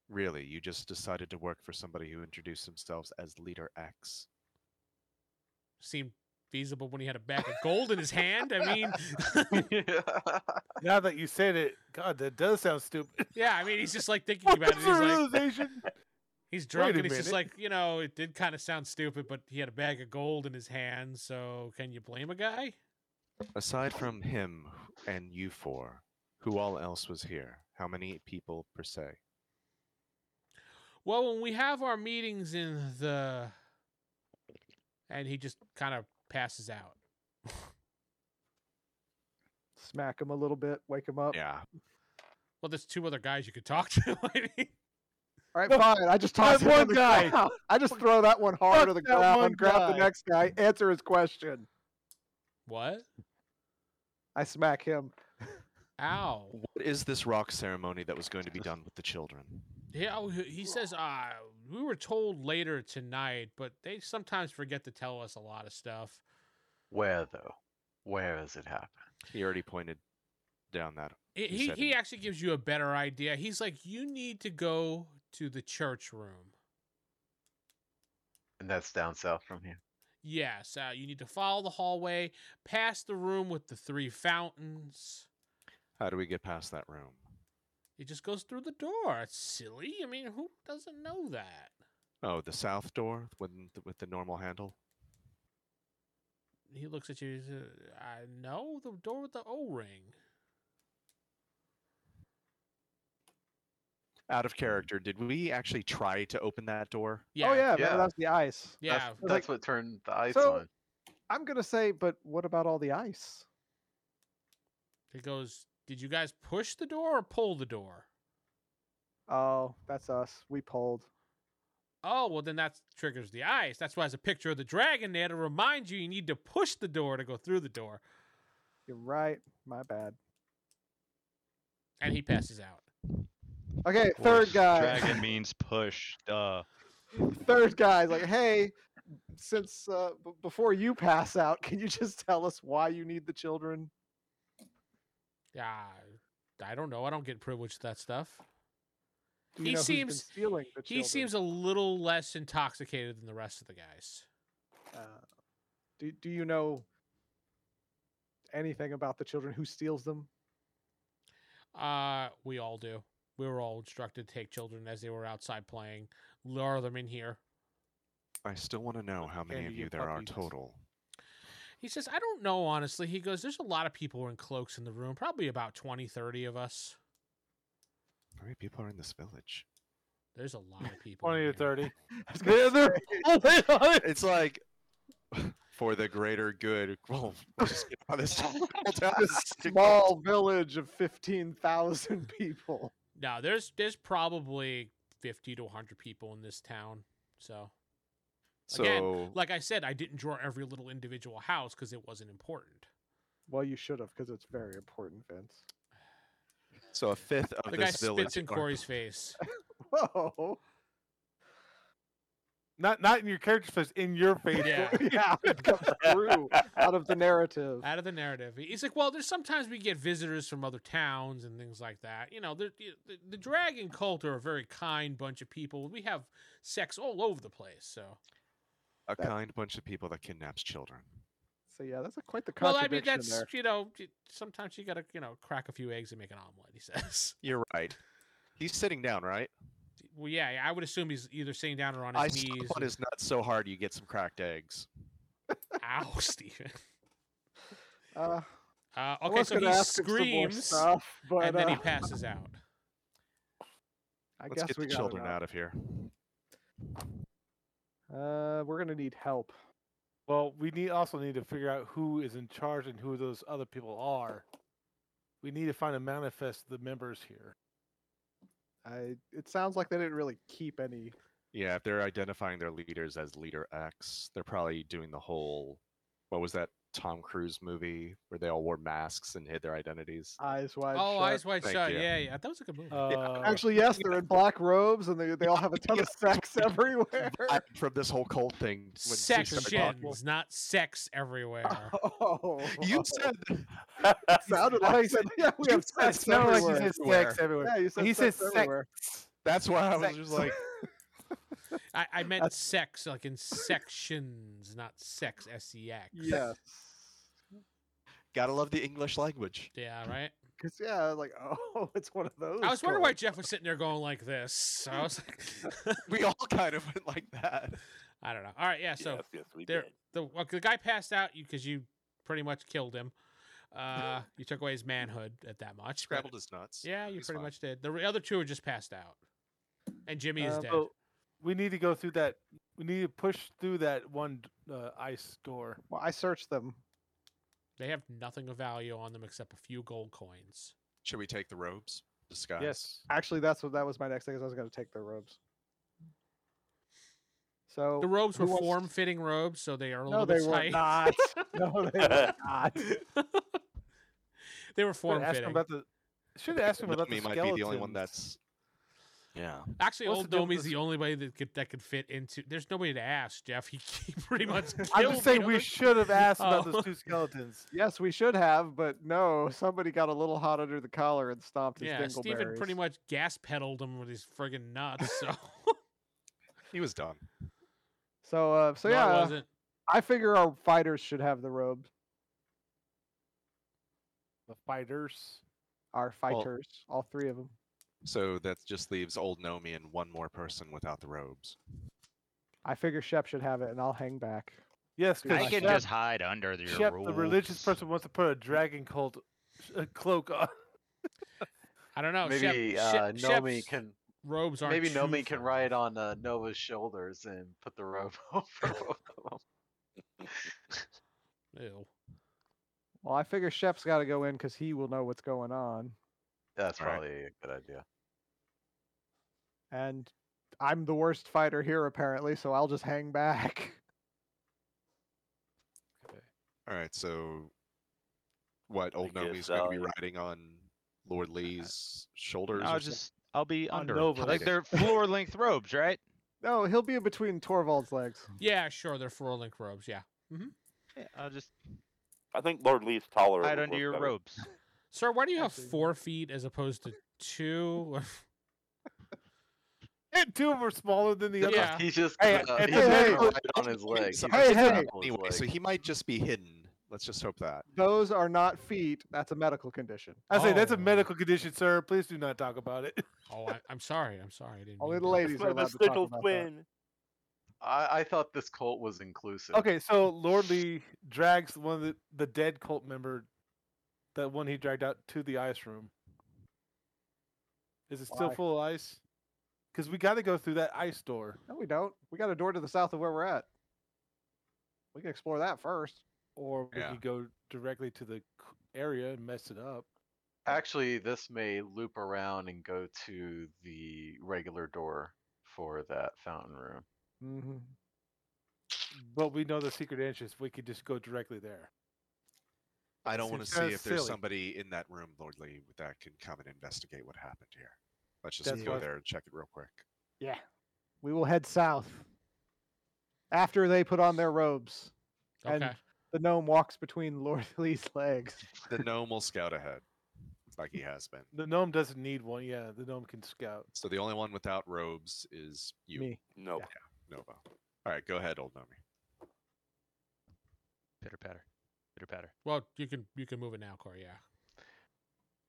Really, you just decided to work for somebody who introduced themselves as Leader X. Seemed feasible when he had a bag of gold in his hand. I mean, Now that you said it, God, that does sound stupid. yeah, I mean he's just like thinking What about it. was He's the like, realization? He's drunk Wait a and he's just minute. like, you know, it did kind of sound stupid, but he had a bag of gold in his hand, so can you blame a guy? Aside from him and you four, who all else was here? How many people per se? Well, when we have our meetings in the and he just kind of passes out. Smack him a little bit. Wake him up. Yeah. Well, there's two other guys you could talk to. I mean, All right, No, fine. I just toss that him on one the guy. ground. I just throw that one hard Fuck to the that one ground. Grab guy. the next guy. Answer his question. what? I smack him. Ow. What is this rock ceremony that was going to be done with the children? Yeah, oh, he he says, uh, we were told later tonight, but they sometimes forget to tell us a lot of stuff. Where though? Where does it happen? He already pointed down that. He- He he, said he it. actually gives you a better idea. He's like, you need to go to the church room. And that's down south from here. Yes, uh, you need to follow the hallway, past the room with the three fountains. How do we get past that room? It just goes through the door. It's silly. I mean, who doesn't know that? Oh, the south door with the, with the normal handle. He looks at you. he says, I know the door with the O ring. Out Mm-hmm. of character, did we actually try to open that door? Yeah. Oh yeah, Yeah. remember that's the ice. Yeah. That's, that's what turned the ice So- on. I'm gonna say, but what about all the ice? He goes, Did you guys push the door or pull the door? Oh, that's us. We pulled. Oh, well, then that triggers the ice. That's why there's a picture of the dragon there to remind you you need to push the door to go through the door. You're right. My bad. And he passes out. Okay, Of third course, guy. Dragon means push. Duh. Third guy's like, hey, since uh, b- before you pass out, can you just tell us why you need the children? Yeah. I don't know. I don't get privileged to that stuff. Do you He know who's been seems- stealing the children? He seems a little less intoxicated than the rest of the guys. Uh, do Do you know anything about the children? Who steals them? Uh, we all do. We were all instructed to take children as they were outside playing, lure them in here. I still want to know how many Candy of and you there are puppies. total. He says, I don't know, honestly. He goes, There's a lot of people in cloaks in the room, probably about 20, 30 of us. How many people are in this village? There's a lot of people. in 20 to here. 30. I was gonna say- It's like for the greater good. Well, let's just get out of this. we'll tell this this to- small village of fifteen thousand people. No, there's there's probably 50 to 100 people in this town. So, So like I said, I didn't draw every little individual house because it wasn't important. Well, you should have, because it's very important, Vince. So a fifth of The guy this village. spits in are- Corey's face. Whoa. Not not in your character's face, in your face. Yeah. yeah, it comes through out of the narrative. out of the narrative. He's like, well, there's sometimes we get visitors from other towns and things like that. You know, the, the, the dragon cult are a very kind bunch of people. We have sex all over the place. So, a kind bunch of people that kidnaps children. So yeah, that's a, quite the well, I mean, contradiction that's there. you know, j- sometimes you gotta you know crack a few eggs and make an omelet. He says. You're right. He's sitting down, right? Well, yeah, I would assume he's either sitting down or on I his knees. slap on with- his nuts so hard you get some cracked eggs. Ow, Steven. Uh, Uh, I okay, was so gonna he ask him some more screams stuff, but and then uh, he passes out. I Let's guess get we the children out of here. Uh, we're gonna need help. Well, we need also need to figure out who is in charge and who those other people are. We need to find a manifest of the members here. I, it sounds like they didn't really keep any. Yeah, if they're identifying their leaders as leader X, they're probably doing the whole what was that Tom Cruise movie where they all wore masks and hid their identities? Eyes wide Oh, shut. eyes wide Thank shut. you. Yeah, yeah, that was a good move. Uh, Actually, yes, they're in black robes and they, they all have a ton of sex everywhere. I- from this whole cult thing. when she started talking. sections, not sex everywhere. Oh, You said it sounded like I said, yeah, we You have said sex sounded like everywhere. you said sex everywhere. yeah, you said he sex said sex. everywhere. that's why I was just like, I, I meant That's- sex, like in sections, not sex, S E X. Yes. gotta love the English language. Yeah, right. Because yeah, I was like oh, it's one of those. I was wondering why cults. Jeff was sitting there going like this. I was like, We all kind of went like that. I don't know. All right, yeah. So yes, yes, we there- did. the well, the guy passed out because you pretty much killed him. Uh, you took away his manhood at that much. but- Scrambled his nuts. Yeah, you He's pretty fine. much did. The re- other two are just passed out, and Jimmy is uh, dead. but we need to go through that. We need to push through that one uh, ice door. Well, I searched them. They have nothing of value on them except a few gold coins. Should we take the robes? Disguise. Yes. Actually, that's what that was my next thing. Is I was going to take their robes. So The robes who were wants- form-fitting robes, so they are a No, little they bit were tight. not. No, they were not. they were Should ask form-fitting. him about the. Should ask him about Nomi the might skeletons. be the only one that's. Yeah. Actually, What's old the deal with Domi's this- the only way that could, that could fit into. There's nobody to ask, Jeff. He, he pretty much. I'm killed just saying the we other- should have asked about Oh. those two skeletons. Yes, we should have, but no. Somebody got a little hot under the collar and stomped his Yeah, dingleberries. Steven pretty much gas pedaled him with his friggin' nuts. So, He was done. So, uh, so No, it yeah, uh, wasn't. I figure our fighters should have the robes. The fighters. are fighters, all three of them. So that just leaves old Nomi and one more person without the robes. I figure Shep should have it, and I'll hang back. Yes, Dude, because I like can Shep- just hide under your Shep, rules. the religious person, wants to put a dragon cult uh, cloak on. I don't know. Shep- maybe Oh, Shep- uh, Nomi Shep's can robes aren't maybe too Nomi can far. ride on uh, Nova's shoulders and put the robe over both of 'em. Ew. Well, I figure Shep's got to go in because he will know what's going on, That's All right. probably a good idea. and I'm the worst fighter here apparently, so I'll just hang back. All right, so what? Old I Nomi's guess, going to be uh, riding on Lord Lee's shoulders. I'll or something? just I'll be On under it. Nova. like they're floor length robes, right? No, he'll be in between Torvald's legs. Yeah, sure. They're four link robes. Yeah. Yeah, I'll just I think Lord Lee's taller. hide would under work your better. robes. Sir, why do you have Actually- four feet as opposed to two? And two of them are smaller than the other. yeah. He's just Hey, uh, it's he's a just hey, gonna look, ride on his leg. so- Hey, hey. Anyway, so he might just be hidden. Let's just hope that. Those are not feet. That's a medical condition. I say that's a Oh. medical condition, sir. Please do not talk about it. Oh, I, I'm sorry. I'm sorry. I didn't Only mean the to. ladies are My allowed to talk little about that. twin. I, I thought this cult was inclusive. Okay, so Lord Lee drags one of the, the dead cult member, that one he dragged out to the ice room. Is it still Why? full of ice? Because we got to go through that ice door. No, we don't. We got a door to the south of where we're at. We can explore that first. Or we Yeah. could go directly to the c- area and mess it up. Actually, this may loop around and go to the regular door for that fountain room. Mm-hmm. But we know the secret entrance. We could just go directly there. I don't seems want to see kinda if there's silly. somebody in that room, Lord Lee, that can come and investigate what happened here. Let's just That's go what- there and check it real quick. Yeah. We will head south after they put on their robes. And Okay. the gnome walks between Lord Lee's legs. The gnome will scout ahead, like he has been. The gnome doesn't need one. Yeah, the gnome can scout. So the only one without robes is you, Me. No. Nova. All right, go ahead, old Nomi. Pitter patter, pitter patter. Well, you can you can move it now, Corey. Yeah.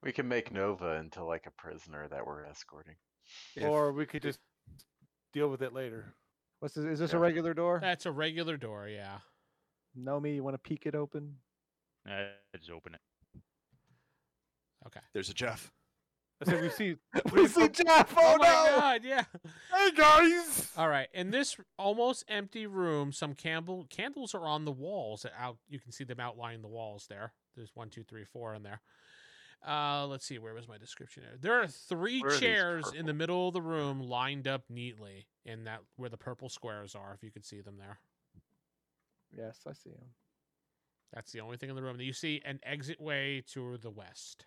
We can make Nova into like a prisoner that we're escorting. Or we could just deal with it later. What's this, is this a Yeah. regular door? That's a regular door. Yeah. Nomi, you want to peek it open? Uh, just open it. There's a Jeff. I said we see. we see Jeff. Oh, my no! god. Yeah. hey guys. All right. In this r- almost empty room, some candle candles are on the walls. that Out you can see them outlining the walls there. There's one, two, three, four in there. Uh, let's see. Where was my description? There, there are three Where are these chairs in the purple? middle of the room, lined up neatly in that where the purple squares are. If you could see them there, Yes, I see him. that's the only thing in the room. You see an exit way to the west.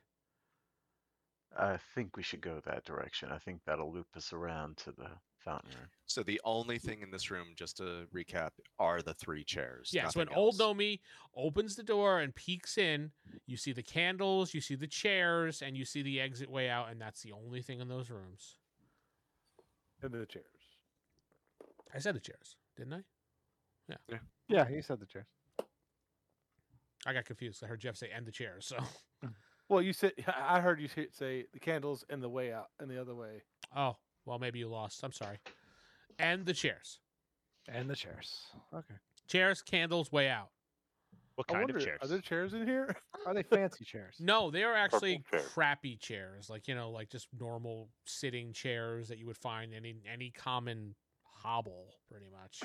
I think we should go that direction. I think that'll loop us around to the fountain room. So the only thing in this room, just to recap, are the three chairs. Yeah, so when nothing old else. Nomi opens the door and peeks in, you see the candles, you see the chairs, and you see the exit way out, and that's the only thing in those rooms. And the chairs. I said the chairs, didn't I? Yeah, he said the chairs. I got confused. I heard Jeff say and the chairs. So, Well, you said I heard you say- say the candles and the way out and the other way. oh well, maybe you lost. I'm sorry. And the chairs, And the chairs. Okay. chairs, candles, way out. What I kind wonder, of chairs? Are there chairs in here? Are they fancy chairs? No, they are actually chair. crappy chairs, like you know, like just normal sitting chairs that you would find in any any common hobble, pretty much.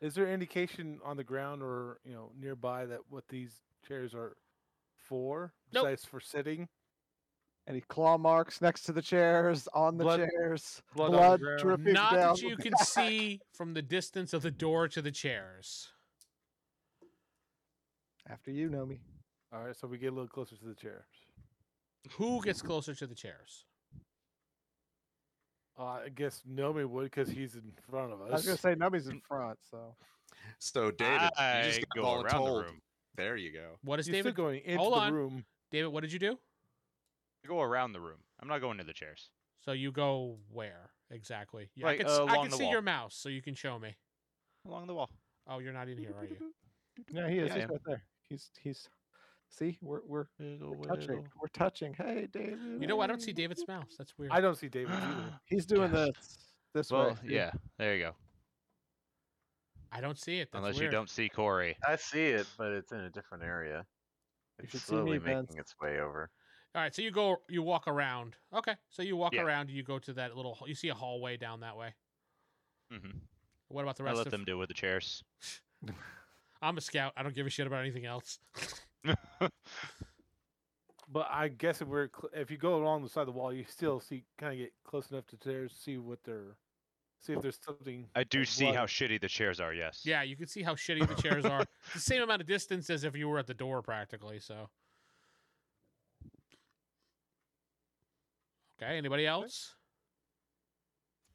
Is there indication on the ground or you know nearby that what these chairs are for? Nope. Besides for sitting. Any claw marks next to the chairs, on the Blood- chairs, blood on the blood ground. dripping Not down. that the you can back. see from the distance of the door to the chairs. After you, Nomi. All right, so we get a little closer to the chairs. Who gets closer to the chairs? Uh, I guess Nomi would because he's in front of us. I was gonna say Nomi's in front, so So David, I you just got go all around told. the room. There you go. What is You're still David? going into Hold the on. room. David, what did you do? I go around the room. I'm not going to the chairs. So you go where exactly? Yeah, I Right, can, uh, s- I along can the see your wall. mouse, so you can show me. Along the wall. Oh, you're not in here, are you? yeah, he is. Yeah, I he's am. right there. He's he's See, we're we're, Wiggle, we're touching. wiggle. We're touching. Hey, David. You know what? I don't see hey. David's mouse. That's weird. I don't see David either. He's doing Yeah. this. This way. Well, yeah, there you go. I don't see it. That's Unless weird. you don't see Corey. I see it, but it's in a different area. You It's should see me, slowly Vince. making its way over. All right, so you go, you walk around. Okay, so you walk Yeah. around. You go to that little. You see a hallway down that way. hmm What about the I rest let of them do it with the chairs. I'm a scout. I don't give a shit about anything else. But I guess if we're cl- if you go along the side of the wall, you still see kind of get close enough to theirs, see what they're see if there's something. I do that see how was. shitty the chairs are. Yes. yeah, you can see how shitty the chairs are. It's the same amount of distance as if you were at the door, practically. So. Okay. Anybody else?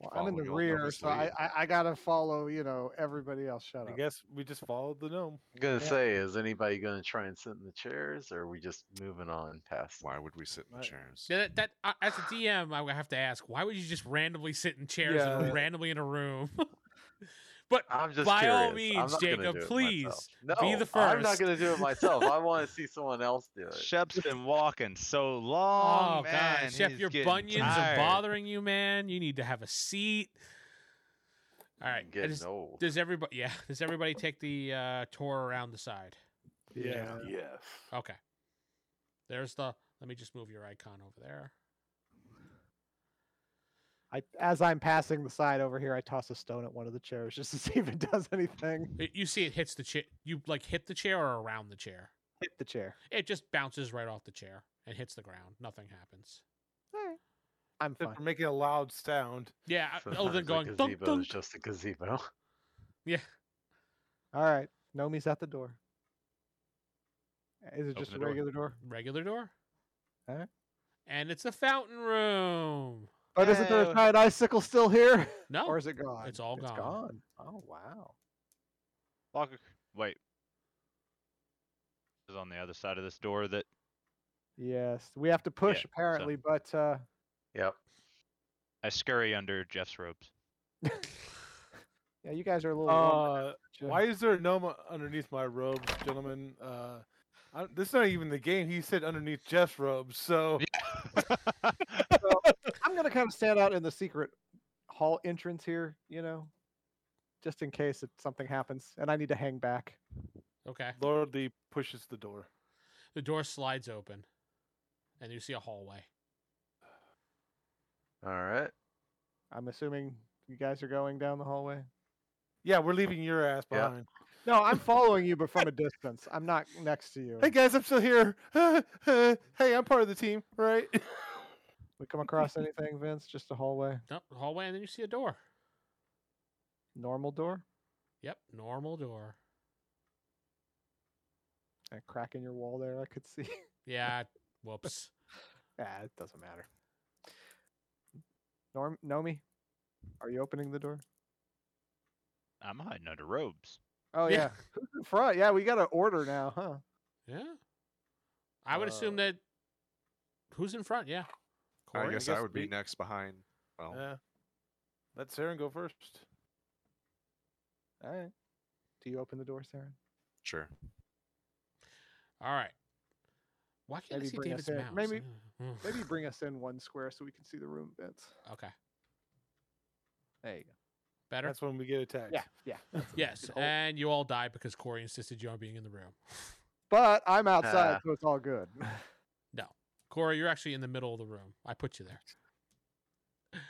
Well, I'm in the following all rear, nervous so I, lead. I I gotta follow. You know everybody else. Shut I up. guess we just followed the gnome. I'm gonna Yeah. say, is anybody gonna try and sit in the chairs, or are we just moving on past? Why would we sit in the Right. chairs? Yeah, That, that uh, as a DM, I would have to ask, why would you just randomly sit in chairs and Yeah. randomly in a room? but I'm just By all curious. I'm means, not gonna Jacob, do it please, myself. be no, the I'm not first. gonna do it myself. I want to see someone else do it. Uh, Shep's been walking so long. oh man, god, Shep, he's your getting bunions tired. are bothering you, man. You need to have a seat. All right, I'm I getting just- old. does everybody? Yeah, does everybody take the uh, tour around the side? Yeah. Yes. Okay. There's the. Let me just move your icon over there. I, as I'm passing the side over here, I toss a stone at one of the chairs just to see if it does anything. It- you see, it hits the chair. You like hit the chair or around the chair. Hit the chair. It just bounces right off the chair and hits the ground. Nothing happens. I'm Except fine. for making a loud sound. Yeah, I- other than Sometimes going a dunk gazebo dunk. is just a gazebo. Yeah. All right. Nomi's at the door. Is it just the a door. regular door? Regular door. Huh? And it's a fountain room. But isn't there Yeah. a Oh, giant icicle still here? No, Or is it gone? Oh, it's all It's gone. gone. Oh, wow. Walker, wait. Is on the other side of this door that Yes. We have to push, so- apparently, but uh, Yep. I scurry under Jeff's robes. yeah, you guys are a little. long, Uh, aren't why you? is there a gnome underneath my robe, gentlemen? Uh, I, don't- this is not even the game. He said underneath Jeff's robe. So I'm going to kind of stand out in the secret hall entrance here, you know, just in case if something happens and I need to hang back. Okay. Lordly pushes the door. The door slides open, and you see a hallway. All right. I'm assuming you guys are going down the hallway. Yeah, we're leaving your ass Yeah. behind. No, I'm following you, but from a distance. I'm not next to you. Hey guys, I'm still here. hey, I'm part of the team, right? We come across anything, Vince? Just a hallway, Nope, hallway, and then you see a door. normal door, Yep, normal door. a crack in your wall there. I could see. Yeah. Whoops. ah, it doesn't matter. Norm, Nomi, are you opening the door? I'm hiding under robes. Oh yeah, Who's in front. Yeah, we got an order now, huh? Yeah. I would assume Uh, that. Who's in front? Yeah. I Corey? guess I, guess would be we- Uh, next behind. Well, Yeah. Let Saren go first. All right. Do you open the door, Sarah? sure. All right. Why can't I Maybe see bring us David's in. mouse? Maybe- Ugh. Maybe bring us in one square so we can see the room, Vince. Okay. There you go. Better. That's when we get attacked. Yeah, yeah. yes. all- And you all die because Corey insisted you on being in the room. But I'm outside, Ah. so it's Uh, all good. Corey, you're actually in the middle of the room. I put you there.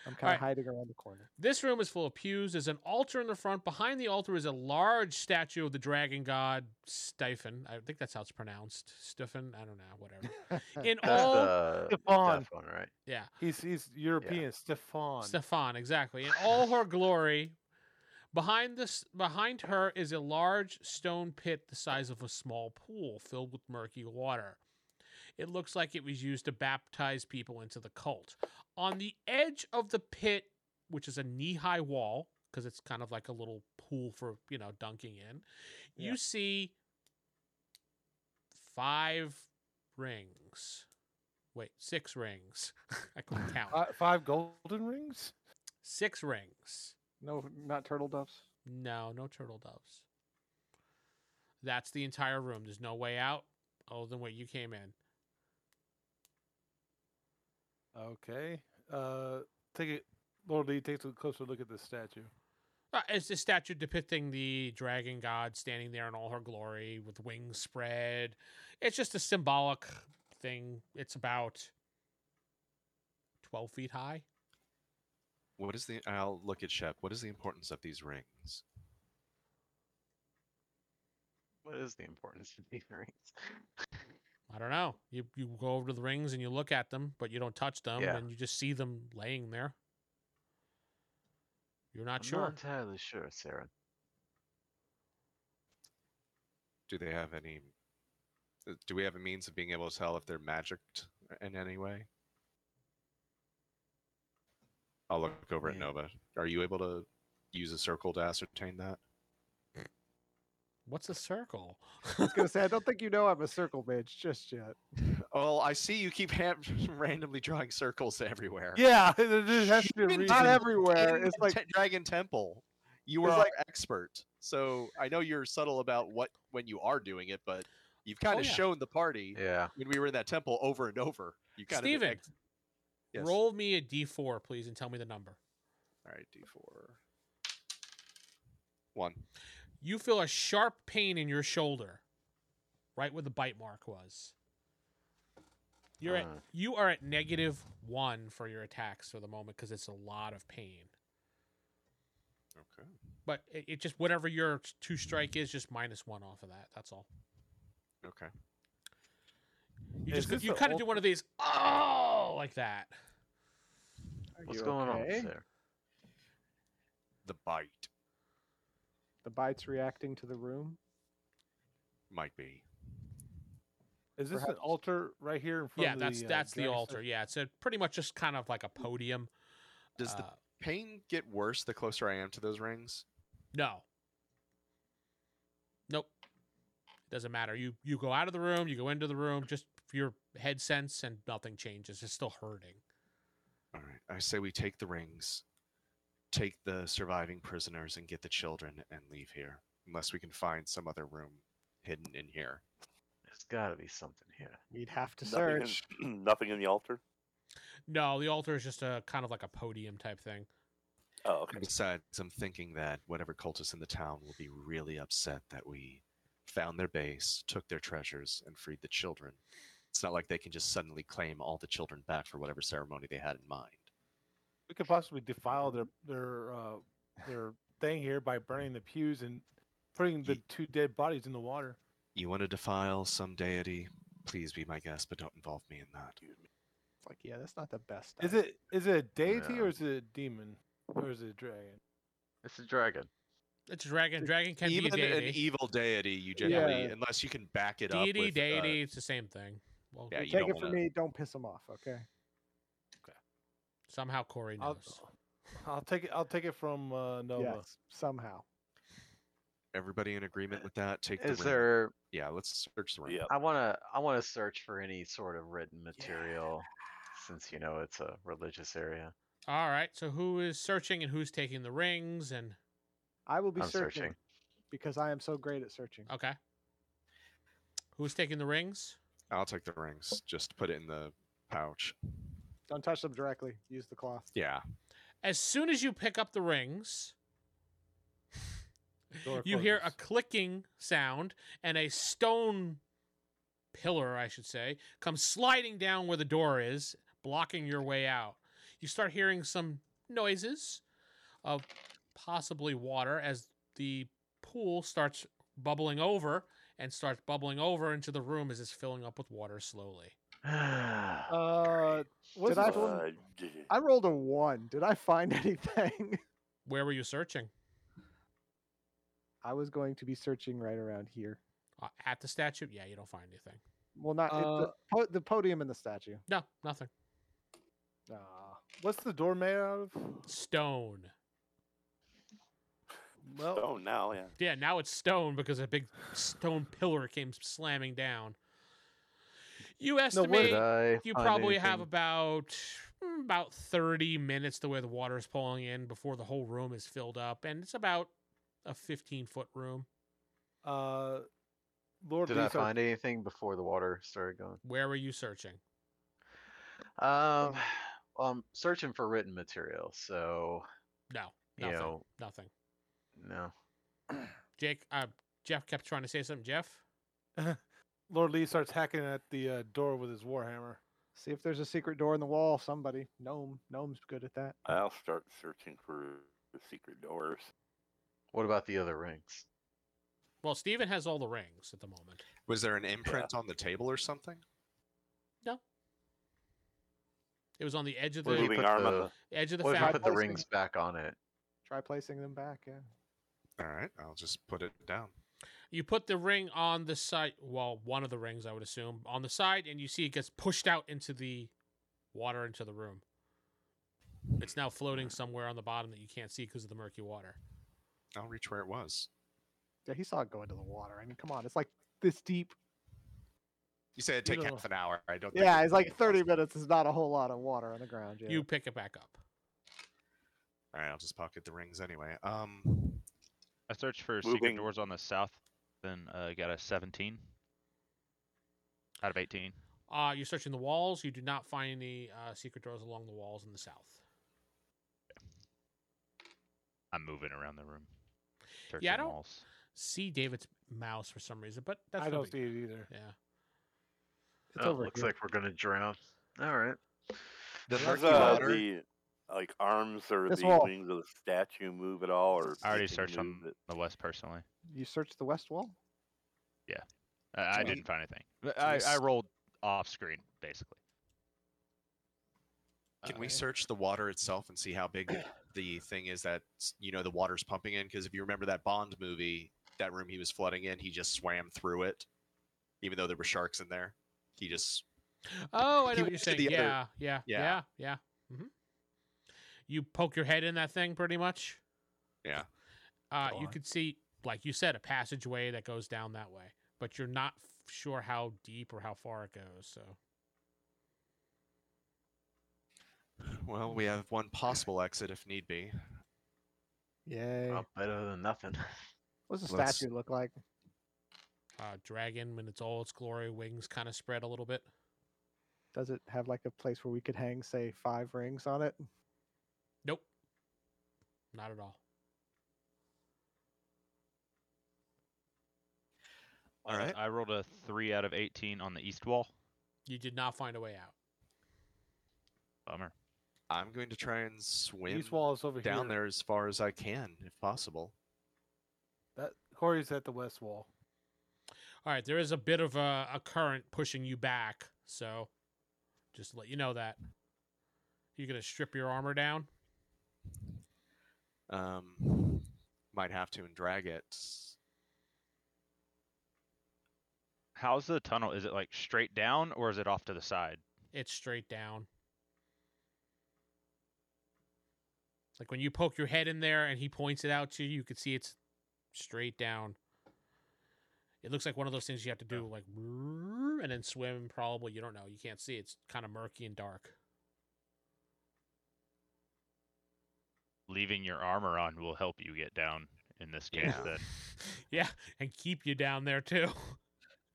I'm kind of Alright. hiding around the corner. This room is full of pews. There's an altar in the front. Behind the altar is a large statue of the dragon god Stefan. I think that's how it's pronounced. Stefan. I don't know. Whatever. In That's all, uh, Stefan. Stefan, right? yeah, He's he's European. Stefan. Stefan. Exactly. In all her glory. Behind this, behind her is a large stone pit the size of a small pool filled with murky water. It looks like it was used to baptize people into the cult. On the edge of the pit, which is a knee-high wall, because it's kind of like a little pool for you know dunking in, you see five rings. Wait, six rings. I couldn't count. Fi- five golden rings. six rings. no, not turtle doves. No, no turtle doves. That's the entire room. There's no way out. Oh, then wait, you came in. Okay. Uh, take it. Lord Lee takes a closer look at the statue. Uh, it's a statue depicting the dragon god standing there in all her glory with wings spread. It's just a symbolic thing. It's about 12 feet high. What is the? I'll look at Shep. What is the importance of these rings? What is the importance of these rings? I don't know. You, you go over to the rings and you look at them, but you don't touch them, Yeah. and you just see them laying there. You're not I'm sure. Not entirely sure, Sarah. Do they have any? uh, Do we have a means of being able to tell if they're magicked in any way? I'll look over at Yeah. Nova. Are you able to use a circle to ascertain that? What's a circle? I was gonna say I don't think you know I'm a circle mage just yet. Oh, I see you keep ham- randomly drawing circles everywhere. Yeah, there there has to be a Even reason. Not Reason. everywhere. In It's like Te- Dragon Temple. You were It's our like- expert, so I know you're subtle about what when you are doing it, but you've kind Oh, of yeah. shown the party Yeah. when we were in that temple over and over. You kind Steven, of ex- yes. roll me a d4, please, and tell me the number. All right, D4. One. You feel a sharp pain in your shoulder, right where the bite mark was. You're at Uh. Ah. you are at negative one for your attacks for the moment because it's a lot of pain. Okay. But it, it just whatever your two strike is, just minus one off of that. That's all. Okay. You Is just go- this you the kind of old- do one of these oh like that. "Are What's you going okay?" on, Sarah? The bite The bite's reacting to the room. might be. Is this an Perhaps- altar right here in front Yeah, of that's the, uh, that's the dragon altar. statue? Yeah, it's a pretty much just kind of like a podium. Does the Uh, pain get worse the closer I am to those rings? No. Nope. Doesn't matter. You you go out of the room, you go into the room, just your head sense and nothing changes. It's still hurting. All right. I say we take the rings, take the surviving prisoners, and get the children and leave here. Unless we can find some other room hidden in here. There's got to be something here. We'd have to Nothing in- search. nothing in the altar. No, the altar is just a kind of like a podium type thing. Oh, okay. Besides, I'm thinking that whatever cultists in the town will be really upset that we found their base, took their treasures, and freed the children. It's not like they can just suddenly claim all the children back for whatever ceremony they had in mind. We could possibly defile their their uh, their thing here by burning the pews and putting the Ye- two dead bodies in the water. You want to defile some deity? Please be my guest, but don't involve me in that. It's like, yeah, that's not the best. Is idea. it is it a deity Yeah. or is it a demon or is it a dragon? It's a dragon. It's a dragon. Dragon can Even be a an deity. evil deity, you generally, Yeah. unless you can back it up. deity, with, uh, deity, it's the same thing. Well, Yeah, you Take don't it from wanna- me. Don't piss him off, okay? somehow Corey I'll, knows. I'll take it. I'll take it from uh, Nova. Yes, somehow. everybody in agreement with that? Take the Is ring. there? Yeah, let's search the ring. Yeah. I wanna. I wanna search for any sort of written material, since you know it's a religious area. All right. So who is searching and who's taking the rings? And I will be I'm searching, searching. because I am so great at searching. okay, who's taking the rings? I'll take the rings. Just put it in the pouch. Don't touch them directly. Use the cloth. Yeah. As soon as you pick up the rings, Door you hear a closes. clicking sound and a stone pillar, I should say, comes sliding down where the door is, blocking your way out. You start hearing some noises of possibly water as the pool starts bubbling over and starts bubbling over into the room as it's filling up with water slowly. Uh, what's Did I this roll- one? Uh, d- I rolled a one. Did I find anything? Where were you searching? I was going to be searching right around here. Uh, at the statue? Yeah, you don't find anything. Well, not it- Uh, the, po- the podium and the statue. No, nothing. Ah, What's the door made out of? Stone. Well, oh, now yeah. Yeah, now it's stone because a big stone pillar came slamming down. You estimate uh, I you find probably have anything? about mm, about 30 minutes the way the water is pulling in before the whole room is filled up and it's about a 15 foot room. uh, Lord, Did I Leesar- find anything before the water started going? Where were you searching? Um, well, I'm searching for written material, so No, you nothing. know, Nothing. no. Jake, uh, Jeff kept trying to say something. Jeff, Lord Lee starts hacking at the uh, door with his warhammer. See if there's a secret door in the wall. Somebody, gnome, gnome's good at that. I'll start searching for the secret doors. What about the other rings? well, Steven has all the rings at the moment. Was there an imprint on the table or something? It was on the edge of Where the you Moving put arm on the- edge of the What if I fountain. put the Placing- rings back on it? Try placing them back. Yeah. All right, I'll just put it down. you put the ring on the side. Well, one of the rings, I would assume, on the side, and you see it gets pushed out into the water into the room. It's now floating somewhere on the bottom that you can't see because of the murky water. I'll reach where it was. Yeah, he saw it go into the water. I mean, come on, it's like this deep. You said it'd You take know- half an hour. I don't. Yeah, think it's like 30 minutes is not a whole lot of water on the ground. Yeah. You pick it back up. All right, I'll just pocket the rings anyway. Um, I searched for Moving. secret doors on the south, then uh, got a 17 out of 18. Uh, you're searching the walls. You do not find any uh, secret doors along the walls in the south. I'm moving around the room. Yeah, I searching don't- walls. See David's mouse for some reason, but that's I no don't big- see it either. Yeah. it's over. Oh, looks here. like we're gonna drown. All right. the Does murky uh, water. the like arms or This the wall. wings of the statue move at all? Or I already anything searched on move that- the west personally. you search the west wall. I, I we- didn't find anything. But can we I, I s- rolled off screen basically. Can we Uh, search the water itself and see how big the thing is that s- you know the water's pumping in? Because if you remember that Bond movie, that room he was flooding in, he just swam through it, even though there were sharks in there. He just Oh, I He know what you're went to saying. the other- Yeah, yeah, yeah, Yeah. yeah, hmm You poke your head in that thing, pretty much. Yeah. Uh, Go you on. could see, like you said, a passageway that goes down that way, but you're not f- sure how deep or how far it goes. So well, we have one possible exit if need be. Yay. Well, Oh, better than nothing. What's the let's- statue look like? uh, dragon when it's all its glory, wings kind of spread a little bit. Does it have like a place where we could hang, say, five rings on it? Nope, not at all. All right. I rolled a 3 out of 18 on the east wall. You did not find a way out. Bummer. I'm going to try and swim East wall is over down here. there as far as I can, if possible. That Corey's at the west wall. All right, there is a bit of a, a current pushing you back, so just to let you know that you're gonna strip your armor down. Um, might have to and drag it. How's the tunnel? Is it like straight down or is it off to the side? it's straight down. Like when you poke your head in there and he points it out to you, you can see it's straight down. It looks like one of those things you have to do, like, and then swim. Probably you don't know. You can't see. It's kind of murky and dark. Leaving your armor on will help you get down in this case Yeah. then. yeah, and keep you down there too.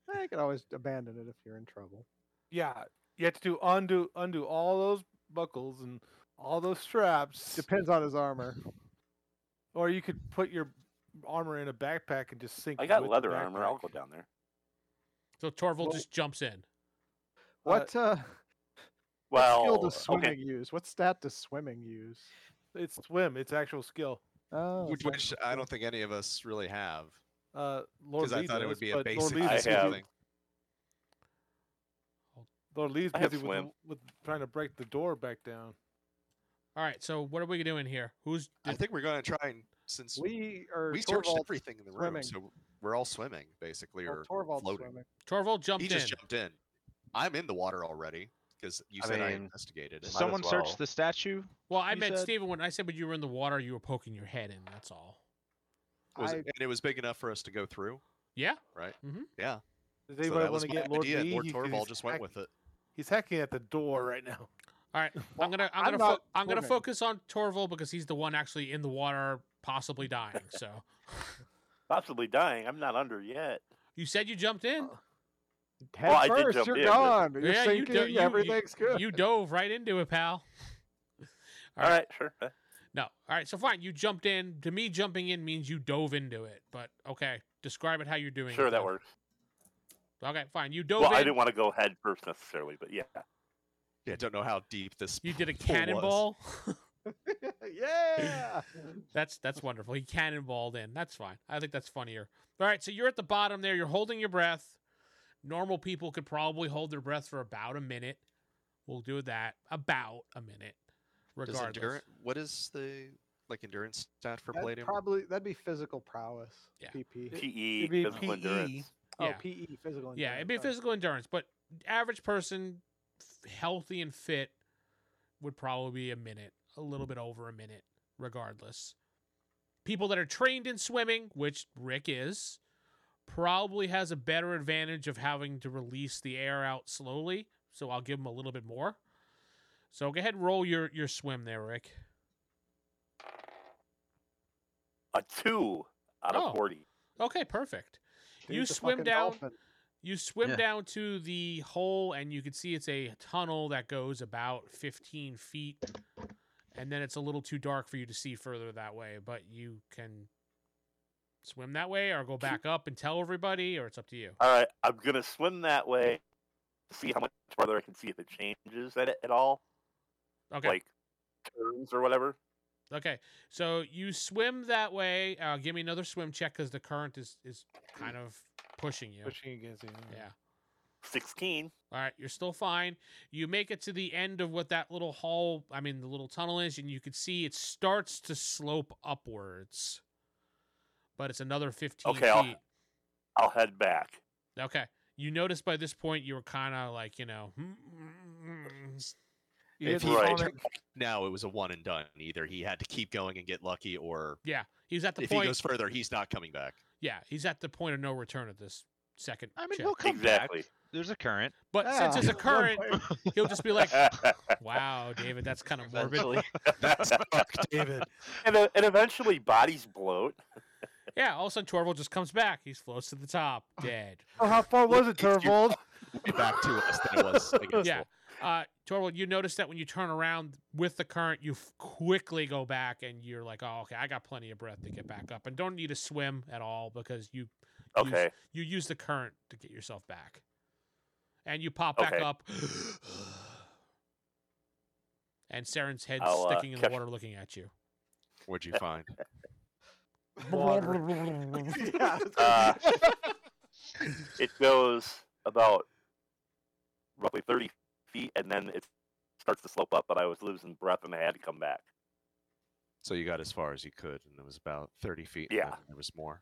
I Eh, could always abandon it if you're in trouble. Yeah, you have to do undo undo all those buckles and all those straps, Depends on his armor. Uh, or you could put your armor in a backpack and just sink. I got with the leather armor. I'll backpack. go down there. So Torvald Well- just jumps in. What uh, Well, skill does swimming okay. use? What stat does swimming use? It's swim. It's actual skill. Oh, Which, so- which I don't think any of us really have. Uh, Lord Because I Lee thought it does, would be a but Lord basic Lee's I busy have- something. with- Lord Lee's I have busy with, swim. the- with trying to break the door back down. All right, so what are we doing here? Who's I think we're going to try and since we are we searched Torvald, everything in the room, swimming. so we're all swimming basically, well, or Torvald's floating. swimming. Torvald jumped He in? just jumped in. I'm in the water already because you I said I, mean, investigated it. So- Someone well. searched the statue. well, I you meant said- Steven when I said when you were in the water, you were poking your head in. That's all. Was I- it- and it was big enough for us to go through, Yeah. right? Mhm. Yeah. Does So anybody that want was to my get Lord idea. and Lee? Lord He- 'cause Torvald he's just went hack- with it. He's hacking at the door right now. All right, I'm gonna I'm, I'm gonna fo- not I'm gonna moving. focus on Torval because he's the one actually in the water, possibly dying. So Possibly dying. I'm not under yet. You said you jumped in. Head I did first, jump you're in, but- gone. You're Yeah, you do- sinking. you- you- Everything's good. You dove right into it, pal. All right, sure. No. All right. So fine. You jumped in. To me, jumping in means you dove into it. But okay, describe it how you're doing. Sure, it, that though. works. Okay, fine. You dove Well, in. I didn't want to go head first necessarily, but yeah. Yeah, don't know how deep this. you did a pool was. cannonball. yeah. That's that's wonderful. He cannonballed in. That's fine. I think that's funnier. All right, so you're at the bottom there. You're holding your breath. Normal people could probably hold their breath for about a minute. We'll do that about a minute, Does regardless. endurance- what is the like endurance stat for That'd Palladium? probably that'd be physical prowess. Yeah. PP. PE, It'd be E, physical PE. endurance. Oh, Yeah. PE, physical. yeah, it'd be endurance, physical endurance, but average person, f- healthy and fit, would probably be a minute, a little bit over a minute, regardless. People that are trained in swimming, which Rick is, probably has a better advantage of having to release the air out slowly. So I'll give him a little bit more. So go ahead and roll your, your swim there, Rick. A two out of Oh. 40. Okay, perfect. sorry. you He's a swim fucking down- dolphin. You swim Yeah. down to the hole, and you can see it's a tunnel that goes about 15 feet. And then it's a little too dark for you to see further that way, but you can swim that way or go back up and tell everybody, or it's up to you. All right, I'm going to swim that way, see how much farther I can see if it changes at, at all, Okay. like turns or whatever. Okay. So you swim that way. Uh, give me another swim check because the current is, is kind of pushing you. Pushing against you. Yeah. 16. All right, you're still fine. You make it to the end of what that little hall, I mean, the little tunnel is, and you can see it starts to slope upwards. But it's another 15 Okay, I'll- feet. I'll head back. Okay. You notice by this point you were kind of like, you know, hmm, You If hit he- the Right. Sonic- Now it was a one and done. Either he had to keep going and get lucky, or yeah, he's at the if point. he goes further, he's not coming back. yeah, he's at the point of no return at this second. I mean, check. he'll come Exactly. back. There's a current. But since Ah, it's a one current, way. he'll just be like, wow, David, that's kind of morbid. Eventually. That's fuck, David. and, then- and eventually bodies bloat. Yeah, all of a sudden Torvald just comes back. He floats to the top, dead. Oh, how far was it, It's your- Torvald? Way back to us than it was. Against Yeah. Wolf. Uh, Torvald, you notice that when you turn around with the current, you f- quickly go back and you're like, oh, okay, I got plenty of breath to get back up and don't need to swim at all because you Okay. you use the current to get yourself back. And you pop back Okay. up. and Saren's head I'll, uh, sticking in the catch- water looking at you. What'd you find? Water. yeah, Uh, it goes about roughly 30 feet, and then it starts to slope up, but I was losing breath and I had to come back. So you got as far as you could, and it was about thirty feet. and Yeah. then There was more.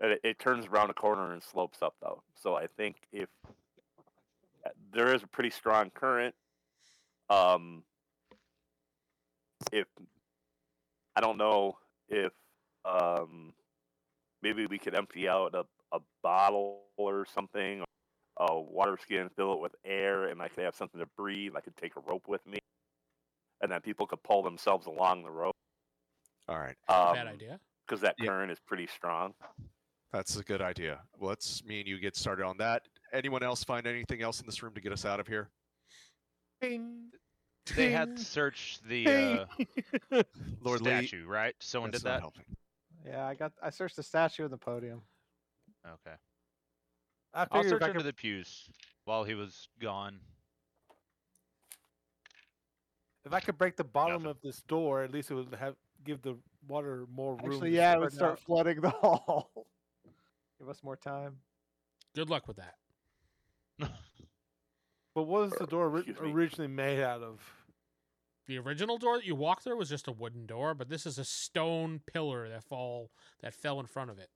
And it, it turns around a corner and slopes up, though. So I think if uh, there is a pretty strong current, um, if I don't know if um, maybe we could empty out a, a bottle or something, a water skin, fill it with air, and I could have something to breathe. I could take a rope with me, and then people could pull themselves along the rope. All right, Um, Bad idea. Because that Yeah. current is pretty strong. that's a good idea. Let's me and you get started on that. Anyone else find anything else in this room to get us out of here? Ding. They had Ding. searched the uh, Ding. Lord Lee, statue, right? Someone that's did not that. helping. yeah, I got. I searched the statue and the podium. Okay. I I'll figured search if I under could the pews while he was gone. If I could break the bottom Nothing. of this door, at least it would have give the water more room. Actually, to yeah, it would spread start out. flooding the hall. Give us more time. Good luck with that. But what was the door ori- Excuse me. originally made out of? The original door that you walked through was just a wooden door, but this is a stone pillar that fall that fell in front of it.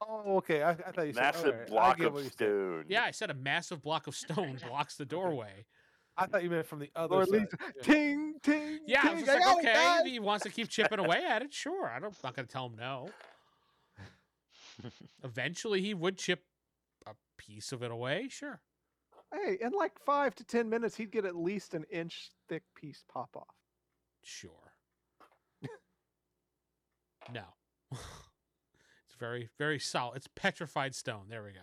Oh, okay. I, I thought you said Massive alright, I block get of what you said. stone. Yeah, I said a massive block of stone blocks the doorway. I thought you meant from the other Or at side. least yeah. ting ting. Yeah, I was ting, just like, got it, okay, guys. if he wants to keep chipping away at it. Sure, I don't, I'm not going to tell him no. Eventually, he would chip a piece of it away. Sure. Hey, in like five to ten minutes, he'd get at least an inch thick piece pop off. Sure. no. it's Very, very solid. It's petrified stone. There we go.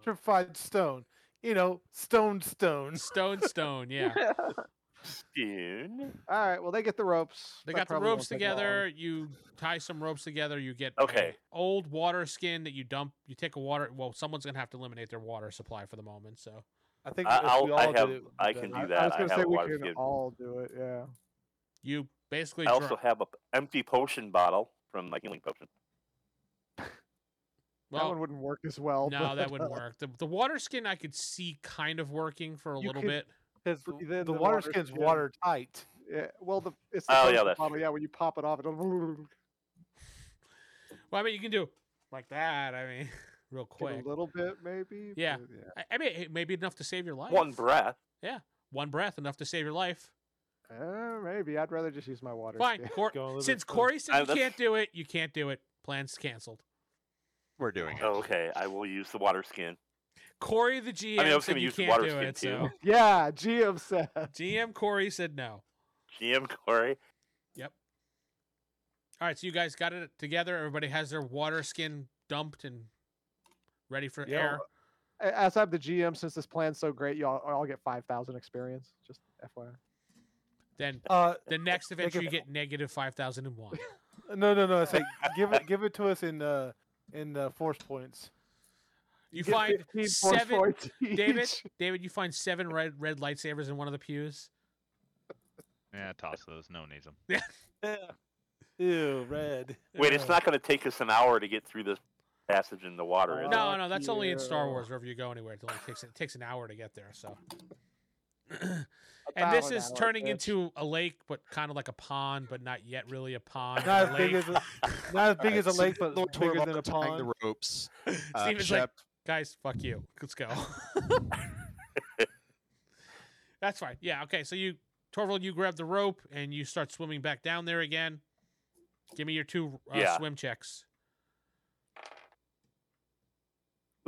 Petrified stone. You know, stone, stone. Stone, stone. Yeah. Dune. All right. Well, they get the ropes. They That got the probably won't ropes take long. together. You tie some ropes together. You get Okay. an old water skin that you dump. You take a water. Well, someone's gonna have to eliminate their water supply for the moment. So I think I- if we I'll- I all did have- it, it'd be I can better. I, do I that. was gonna I say have we water can skin. all do it. Yeah. you basically I also dr- have an empty potion bottle from my healing potion. that well, one wouldn't work as well. no, but, that wouldn't uh, work. The, the water skin I could see kind of working for a You little could- bit. 'Cause Breathe the, in the the water water skin's skin. watertight. uh, Yeah. Well, the it's the Oh, yeah, potion that's bottle, true. Yeah, when you pop it off, it'll Well, I mean, you can do like that. I mean, real get quick. a little bit maybe. Yeah. but yeah. I, I mean, it may be enough to save your life. One breath. One breath, enough to save your life. Uh, maybe I'd rather just use my water. Fine. skin. Cor- Go a little bit since further. Corey said Uh, you that's- can't do it, you can't do it. Plans canceled. We're doing it. Oh, okay, I will use the water skin. Corey, the GM, I was said gonna you use the can't water do skin it. too. So Yeah, GM said. GM Corey said no. GM Corey. All right, so you guys got it together. Everybody has their water skin dumped and ready for Yeah. air. A- As I'm the GM, since this plan's so great, y'all all get five thousand experience. Just FYI. Then Uh, the next adventure, you Negative. get negative five thousand and one. no, no, no. I say give it, give it to us in uh, in uh, force points. You get find 15 force seven. points David, each. David, you find seven red red lightsabers in one of the pews. Yeah, toss those. No one needs them. Ew, red. Wait, it's not going to take us an hour to get through this passage in the water. Is it? No, no, that's only in Star Yeah. Wars. Wherever you go, anywhere, it only takes it takes an hour to get there. So, and About this an is hour, turning bitch. into a lake, but kind of like a pond, but not yet really a pond. but Not a as big lake. as a, not as big Alright, as a so lake, but Uh, Lord it's bigger Torvald than a tying pond. the ropes. Uh, Steven's like, Shep, guys, fuck you. Let's go. That's fine. Yeah. Okay. So you, Torvald, you grab the rope and you start swimming back down there again. Give me your two uh, Yeah. swim checks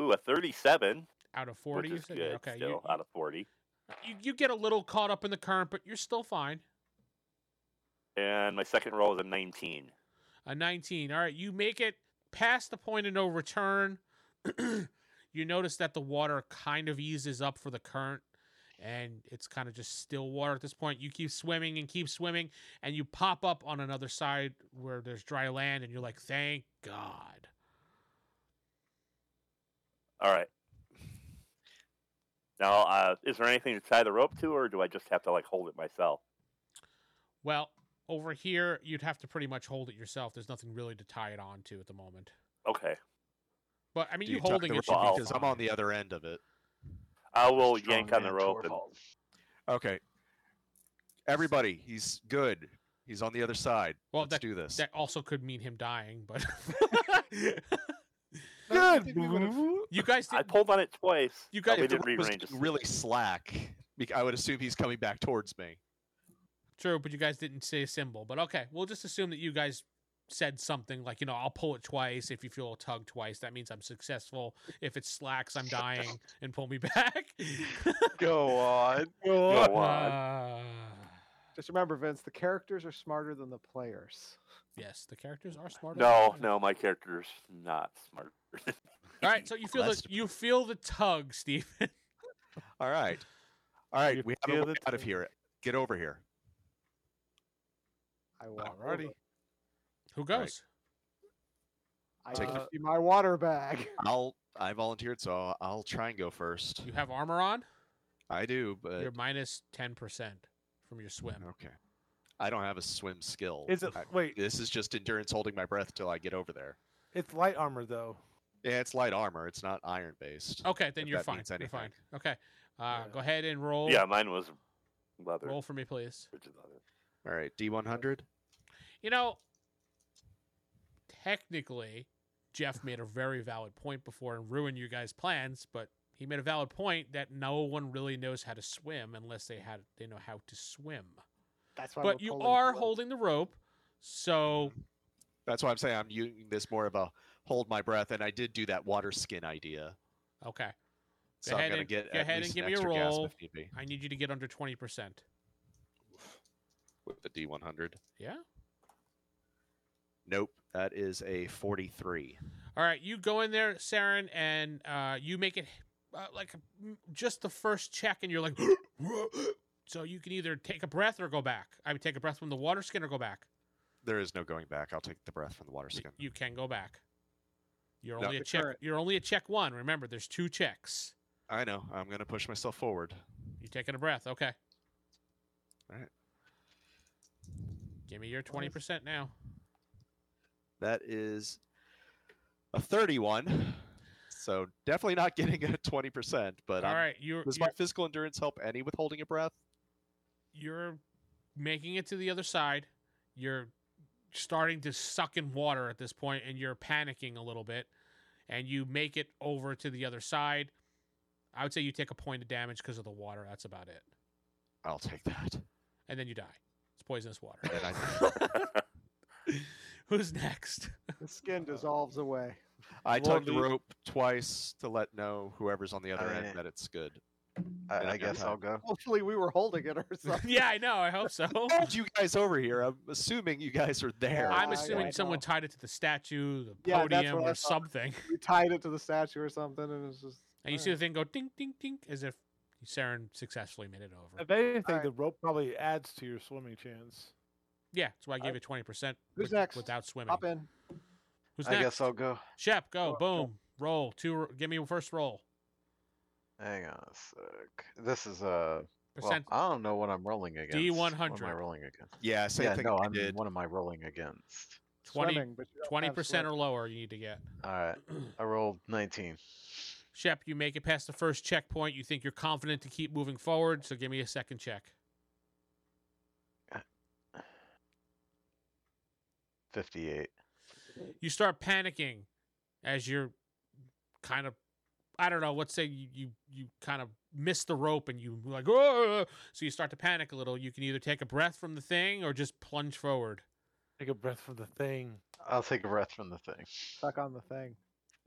Ooh, a 37, out of which forty. You is said? good Yeah, okay. still, You, out of 40. you you get a little caught up in the current, but you're still fine. And my second roll is a 19. A nineteen. All right. You make it past the point of no return. you notice that the water kind of eases up for the current. And it's kind of just still water at this point. You keep swimming and keep swimming. and you pop up on another side where there's dry land and you're like thank god All right. Now, uh, is there anything to tie the rope to, or do I just have to like hold it myself? well over here you'd have to pretty much hold it yourself there's nothing really to tie it on to at the moment Okay, but i mean do you, tuck holding the it should rope? be off? because I'm on fine. the other end of it. I will Strong yank on the man, rope. And, Torvald. Okay. Everybody, he's good. He's on the other side. well Let's that, do this. that also could mean him dying but Good. you guys I did pulled on it twice. You but guys- we if the didn't rope was rearrange it. getting really slack, bec- I would assume he's coming back towards me. true but you guys didn't say a symbol but okay we'll just assume that you guys said something like you know i'll pull it twice if you feel a tug twice that means i'm successful if it slacks i'm dying and pull me back Uh, Go on. Go on. Ah. Just remember, Vince, the characters are smarter than the players. Yes, the characters are smarter. than No, Sonic. no, my character's not smart. All right, so you feel the Blessed. you feel the tug, Steve. All right. All right. You we have a feel way the out of tug. here. Get over here. I walk. over. Alrighty. Who Right. goes? I Take take the- my water bag. I'll I volunteered, so I'll try and go first. You have armor on. I do, but You're minus ten percent from your swim. okay. I don't have a swim skill. Is it I- wait? this is just endurance holding my breath till I get over there. It's light armor though. Yeah, it's light armor. It's not iron based. Okay, then If you're that fine. means You're fine. anything. Okay, uh, Yeah. go ahead and roll. Yeah, mine was leather. roll for me, please. which is leather. All right, D100. You know, technically, Jeff made a very valid point before and ruined you guys' plans, but he made a valid point that no one really knows how to swim unless they had they know how to swim. That's why. but we're you pulling are for it. holding the rope, so That's why I'm saying I'm using this more of a hold my breath, and I did do that water skin idea. okay. So Go I'm ahead gonna and- get go at ahead and least give an me a extra gasp roll. if need be I need you to get under 20%. with the D100. Yeah. Nope, That is a 43. All right, you go in there, Saren, and uh, you make it uh, like m- just the first check, and you're like, so you can either take a breath or go back. I would take a breath from the water skin or go back. There is no going back. I'll take the breath from the water Y- skin. You can go back. You're No. only a The check. current. You're only a check one. Remember, there's two checks. I know. I'm going to push myself forward. You taking a breath? Okay. All right. Give me your twenty percent now. That is a 31. So definitely not getting a 20%, but All I'm- right, you're does my you're, physical endurance help any with holding a breath? you're making it to the other side. You're starting to suck in water at this point, and you're panicking a little bit. And you make it over to the other side. I would say you take a point of damage because of the water. That's about it. I'll take that. And then you die. It's poisonous water. And I, Who's next? The skin Uh, dissolves away. I tug the Lovely. rope twice to let know whoever's on the other Alright. end that it's good. I, Yeah, I no guess I'll go. Hopefully, we were holding it or something. yeah, I know. I hope so. Oh, Hold you guys over here. I'm assuming you guys are there. I'm I- assuming I someone know. tied it to the statue, the Yeah, that's podium, what I or thought. something. we tied it to the statue or something, and it's just. eh. And you all see the right. thing go ding, ding, ding, as if Saren successfully made it over. If anything, Alright. the rope probably adds to your swimming chance. Yeah, that's why I gave you twenty percent. Who's next? Without swimming. Hop in. Who's I next? guess I'll go. Shep, go. Sure, sure. Boom. Roll. Two. ro- Give me your first roll. Hang on a sec. This is a. Well, Percent. I don't know what I'm rolling against. What am I D100. rolling against? yeah, same yeah, thing no, I I'm. did. What am I rolling against? 20 Swimming, but you don't Twenty have percent or swim. lower. You need to get. All right, I rolled 19. Shep, you make it past the first checkpoint. You think you're confident to keep moving forward, so give me a second check. 58. You start panicking as you're kind of, I don't know, let's say you you, you kind of miss the rope and you like, oh, so you start to panic a little. You can either take a breath from the thing or just plunge forward. Take a breath from the thing. I'll take a breath from the thing. Suck on the thing.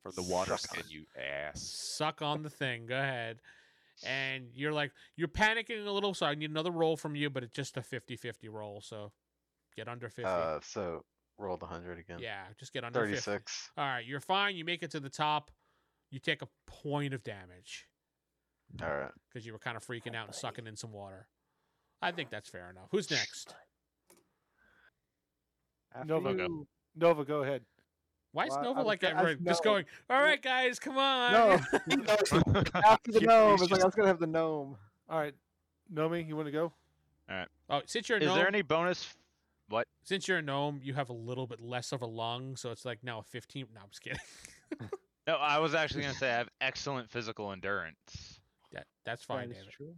From the water Suck skin, on. you ass. suck on the thing. Go ahead. And you're like, you're panicking a little, so I need another roll from you, but it's just a 50 50 roll. So get under 50. Uh, so rolled 100 again. yeah, just get under 36. 50. All right, you're fine. You make it to the top. You take a point of damage All right. because you were kind of freaking out and sucking in some water. I think that's fair enough. Who's next? After Nova go. you- Nova, go ahead. Why is Well, I- Nova I was like gonna everyone ask just Nova. going, all right, guys, come on. No, after the He's gnome. It's like just- I was gonna have the gnome. All right, Nomi, you want to go? Oh, since you're a Is gnome, there any bonus? since you're a gnome, you have a little bit less of a lung, so it's like now a 15. No, I'm just kidding. No, I was actually gonna say I have excellent physical endurance. that, that's fine, That is David. true.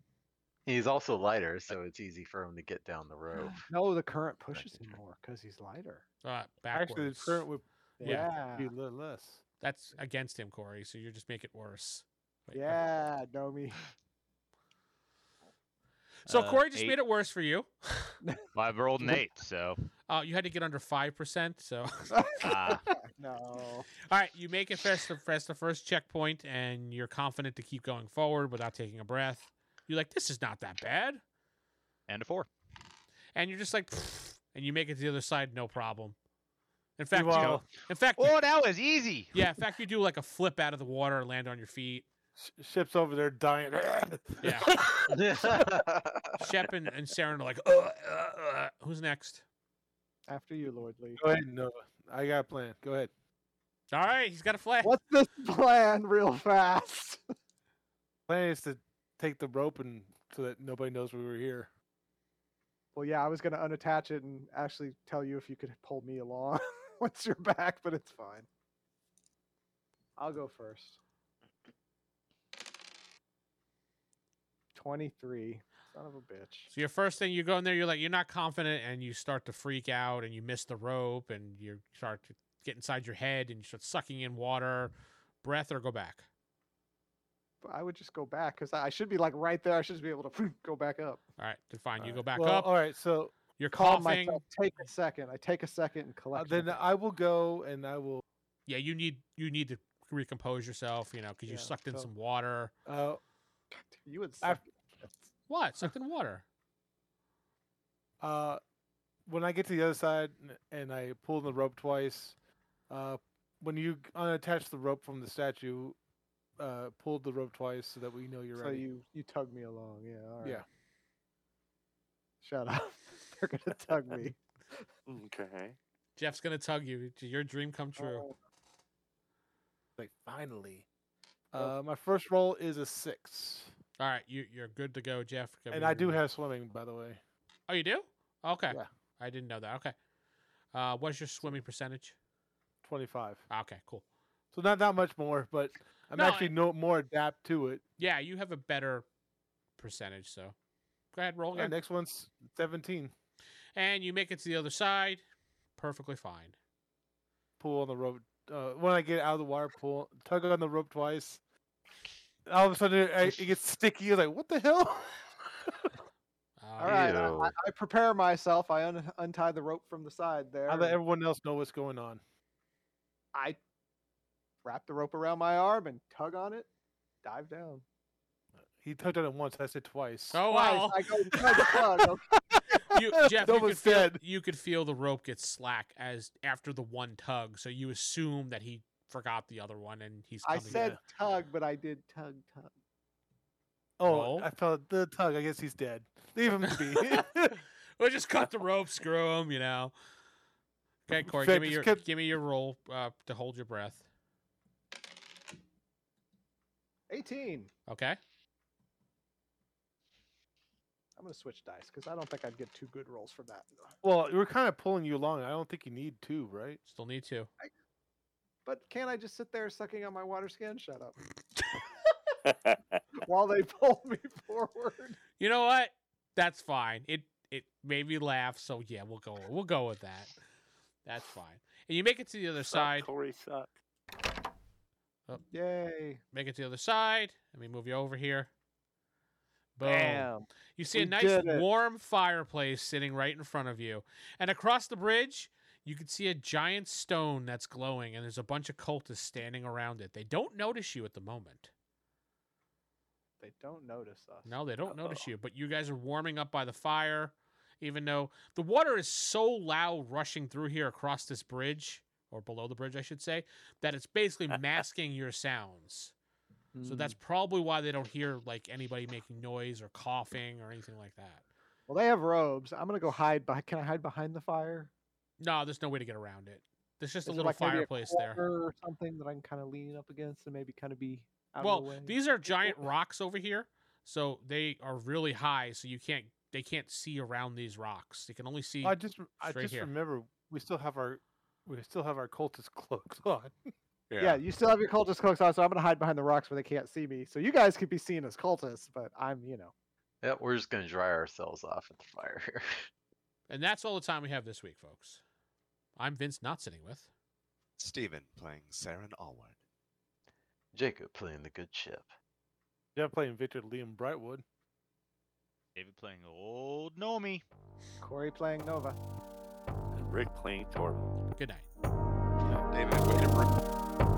He's also lighter, so it's easy for him to get down the rope. No, the current pushes him more because he's lighter. Uh, backwards. Actually, the current would Yeah. be a little less. That's against him, Corey. So you just make it worse. Wait, never mind. Yeah, Nomi. So Uh, Corey just eight. made it worse for you. Well, I've rolled an eight, so Uh, you had to get under five percent. So ah, No. all right, you make it past the, past the first checkpoint, and you're confident to keep going forward without taking a breath. You're like, this is not that bad, and a four. and you're just like, "Pfft," and you make it to the other side, no problem. In fact, you, Meanwhile- in fact, you- Oh, that was easy. yeah, in fact, you do like a flip out of the water and land on your feet. Sh- ship's over there dying. Yeah, Shep and, and Saren are like, "Uh, uh, uh." who's next? After you, Lord Lee. Go ahead, Nova. I got a plan. Go ahead. All right, he's got a flag. What's this plan, real fast? Plan is to take the rope and so that nobody knows we were here. Well, yeah, I was gonna unattach it and actually tell you if you could pull me along once you're back, but it's fine. I'll go first. Twenty-three. Son of a bitch. So your first thing you go in there, you're like you're not confident, and you start to freak out, and you miss the rope, and you start to get inside your head, and you start sucking in water, breath, or go back. But I would just go back because I I should be like right there. I should just be able to go back up. All right, then fine. You All go back well, uh, up. all right. So You're Calm coughing. myself. Take a second. I take a second and uh, collect. then myself. I will go and I will. Yeah, you need you need to recompose yourself. You know, because you Yeah, sucked in so- some water. Uh, you would. I- Suck. What sucked in water? uh, when I get to the other side and- and I pull the rope twice, Uh, when you unattach the rope from the statue, uh, pull the rope twice so that we know you're so ready. you you tug me along. Yeah. All right. Yeah. Shut up. They're gonna tug me. Okay. Jeff's gonna tug you. It's Your dream come true. Oh, Like finally. Uh, my first roll is a six, All right, you you're good to go, Jeff. Give and me I your do roll. have swimming, by the way. Oh, you do? Okay. Yeah. I didn't know that. Okay. Uh, what's your swimming percentage? Twenty-five. Okay, cool. So not that much more, but I'm No, actually no more adapt to it. Yeah, you have a better percentage, so go ahead, roll Yeah, again. next one's seventeen. and you make it to the other side. Perfectly fine. Pull on the rope. Uh, when I get out of the water, pull, tug on the rope twice. All of a sudden, it, it gets sticky. You're like, what the hell? Uh, All right. I, Ew. I- I prepare myself. I un- untie the rope from the side there. I let and everyone else know what's going on. I wrap the rope around my arm and tug on it. Dive down. He tugged on it once. I said twice. Oh Twice, wow! I go tug, tug. okay, You, Jeff, That you could, was feel, dead. you could feel the rope get slack as after the one tug, so you assume that he forgot the other one and he's. I Coming said tug, but I did tug, tug. Oh, No. I felt the tug. I guess he's dead. Leave him to be. Well, just cut the rope, screw him, you know. Okay, Corey, Fair, give me just your cut- give me your roll uh, to hold your breath. 18. Okay. I'm going to switch dice because I don't think I'd get two good rolls from that. well, we're kind of pulling you along. I don't think you need two, right? Still need to. But can't I just sit there sucking on my water skin? Shut up. While they pull me forward. You know what? That's fine. It it made me laugh, so yeah, we'll go we'll go with that. That's fine. And you make it to the other side. Corey suck. Yay. Make it to the other side. Let me move you over here. Boom. Bam. You see a We nice did it. warm fireplace sitting right in front of you. And across the bridge, you can see a giant stone that's glowing, and there's a bunch of cultists standing around it. They don't notice you at the moment. They don't notice us. No, they don't notice Oh. you, but you guys are warming up by the fire, even though the water is so loud rushing through here across this bridge, or below the bridge, I should say, that it's basically masking your sounds. Hmm. So that's probably why they don't hear like anybody making noise or coughing or anything like that. Well, they have robes. I'm going to go hide. By, can I hide behind the fire? No, there's no way to get around it. There's just Is a there, little like, maybe fireplace there. corner Or something that I can kind of lean up against and maybe kind of be out of the Well, way. these are giant rocks over here, so they are really high, so you can't they can't see around these rocks. They can only see I just, I Straight just here. remember we still have our, we still have our cultist cloaks on. yeah. you still have your cultist cloaks on, so I'm going to hide behind the rocks where they can't see me. So you guys could be seen as cultists, but I'm, you know. Yeah, we're just gonna dry ourselves off at the fire here. And that's all the time we have this week, folks. I'm Vince not sitting with. Steven playing Saren Allward. Jacob playing the good chip. Yeah, playing Victor Liam Brightwood. David playing old Nomi. Corey playing Nova. And Rick playing Torvald. Good night. David, way to bring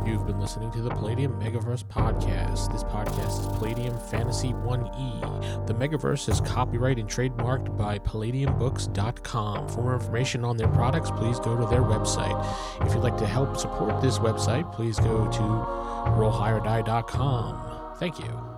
You've been listening to the Palladium Megaverse podcast. This podcast is Palladium Fantasy 1E. The Megaverse is copyright and trademarked by PalladiumBooks.com. For more information on their products, please go to their website. If you'd like to help support this website, please go to RollHigherDie.com. Thank you.